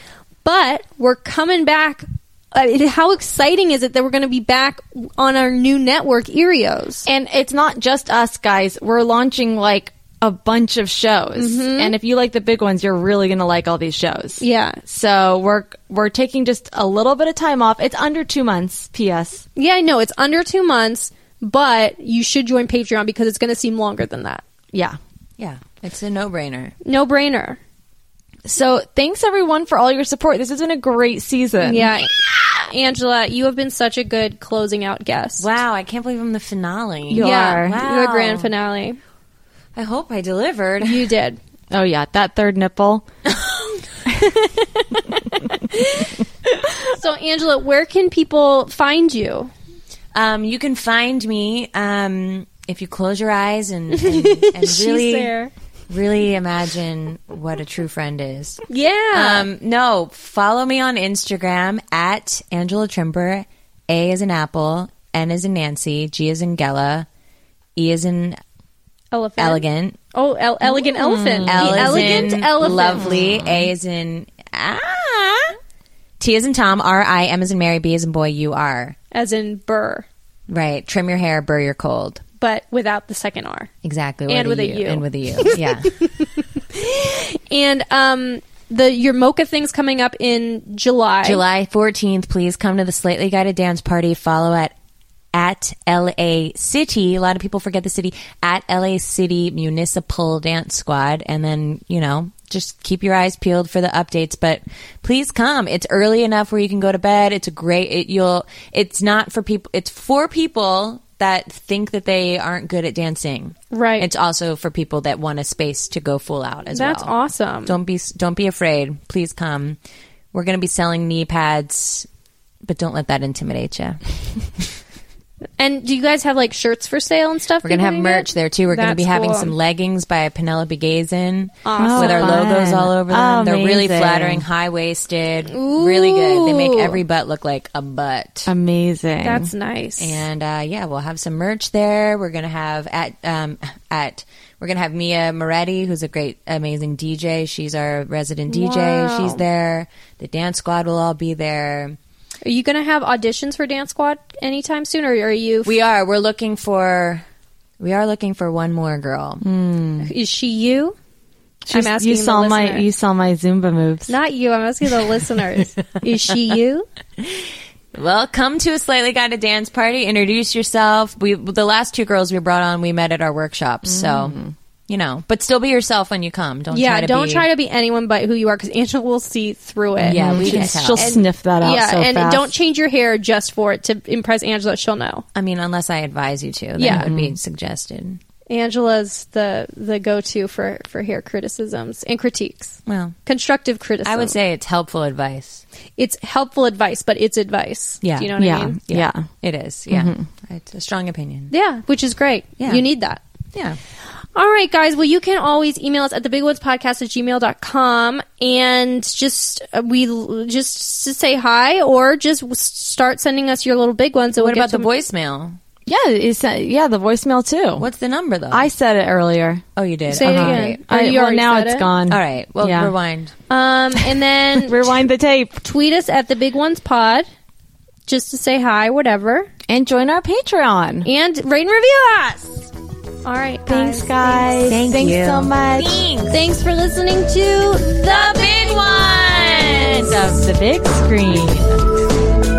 D: but we're coming back. Uh, it- how exciting is it that we're going to be back on our new network, Erios?
C: And it's not just us guys. We're launching like a bunch of shows. And if you like the big ones, you're really going to like all these shows.
D: Mm-hmm. Yeah,
C: So we're we're taking just a little bit of time off. It's under 2 months, PS.
D: yeah, I know it's under two months, but you should join Patreon because it's going to seem longer than that.
C: Yeah.
E: Yeah, it's a no-brainer.
D: No brainer.
C: So thanks everyone for all your support. This has been a great season.
D: Yeah, Angela, you have been such a good closing out guest.
E: Wow, I can't believe I'm the finale.
C: You
D: yeah,
C: are.
D: you're
E: Wow.
D: the grand finale.
E: I hope I delivered.
D: You did.
C: Oh yeah, that third nipple.
D: So, Angela, where can people find you?
E: Um, you can find me um, if you close your eyes and, and, and really,
D: there.
E: really imagine what a true friend is.
D: Yeah.
E: Um, no, follow me on Instagram at Angela Trimper. A is an apple, N is in Nancy, G is in Gela, E is in
D: elephant.
E: elegant,
D: Oh, el- elegant elephant. The
E: L is
D: elegant
E: in
D: elephant.
E: lovely, A is in ah, T is in Tom, R I M is in Mary, B is in boy, you are
D: As in burr,
E: right. Trim your hair, burr your cold.
D: but without the second R.
E: Exactly,
D: And with a
E: U,
D: U.
E: and with a U, yeah.
D: And um, the your mocha thing's coming up in July.
E: July 14th, please come to the Slightly Guided Dance Party. Follow at at LA City. A lot of people forget the city. At LA City Municipal Dance Squad. And then, you know, just keep your eyes peeled for the updates. But please come. It's early enough where you can go to bed. It's a great, it, you'll, it's not for people, it's for people that think that they aren't good at dancing.
D: Right.
E: It's also for people that want a space to go full out as well.
D: That's awesome.
E: Don't be don't be afraid. Please come. We're going to be selling knee pads, but don't let that intimidate you.
D: And do you guys have like shirts for sale and stuff?
E: We're going to
D: people can
E: have merch
D: get?
E: there too. We're going to be
D: That's
E: having
D: cool.
E: some leggings by Penelope Gazin
D: Awesome.
E: with our
C: Fun.
E: logos all over them. They're really
C: Amazing.
E: flattering, high waisted, really good. They make every butt look like a butt.
C: Amazing.
D: That's nice.
E: And uh, yeah, we'll have some merch there. We're gonna have at um, at we're gonna have Mia Moretti, who's a great, amazing DJ. She's our resident DJ. She's there. The dance squad will all be there.
D: are you going to have auditions for Dance Squad anytime soon, or are you?
E: We are. We're looking for. We are looking for one more girl.
D: is she you?
C: She's-
D: I'm asking
C: you
D: the
C: saw my
D: listener.
C: you saw my Zumba moves.
D: Not you. I'm asking the listeners. Is she you?
E: Well, come to a slightly guided dance party. Introduce yourself. We the last two girls we brought on, we met at our workshops. So you know, but still be yourself when you come. Don't
D: Mm-hmm. yeah.
E: Try to
D: don't
E: be,
D: try to be anyone but who you are, because Angela will see through it.
E: Yeah, we
C: She'll,
E: can tell.
C: she'll sniff that out
D: yeah,
C: so
D: and
C: fast.
D: don't change your hair just for it to impress Angela. She'll know.
E: I mean, unless I advise you to, then
D: Yeah.
E: it would be suggested.
D: Angela's the the go to for for hair criticisms and critiques.
E: Well,
D: Constructive criticism.
E: I would say it's helpful advice.
D: it's helpful advice, but it's advice.
E: Yeah.
D: Do you know what I
C: yeah,
D: mean?
C: yeah,
E: It is, yeah. It's a strong opinion.
D: Yeah, which is great.
E: Yeah.
D: You need that.
E: Yeah.
D: All right, guys. Well, you can always email us at thebigwoodspodcast at gmail.com and just, uh, we l- just to say hi or just w- start sending us your little big ones. So
E: What about the voicemail?
C: yeah. It's, uh, yeah, the voicemail too.
E: What's the number though?
C: I said it earlier.
E: oh, you did.
D: Say it
E: Okay,
D: again.
E: great.
C: I,
D: Or you
C: well,
D: already
C: now
D: said
C: it's
D: it?
C: gone.
E: All right. Well,
C: Yeah.
E: rewind.
D: Um, and then
C: Rewind the tape
D: tweet us at the big ones pod just to say hi, whatever.
C: and join our Patreon.
D: And rate and review us. All right.
C: Thanks, guys.
E: Thank
C: Thanks
E: you.
C: so much.
D: Thanks for listening to The Big
C: Of
D: Ones.
C: the big screen.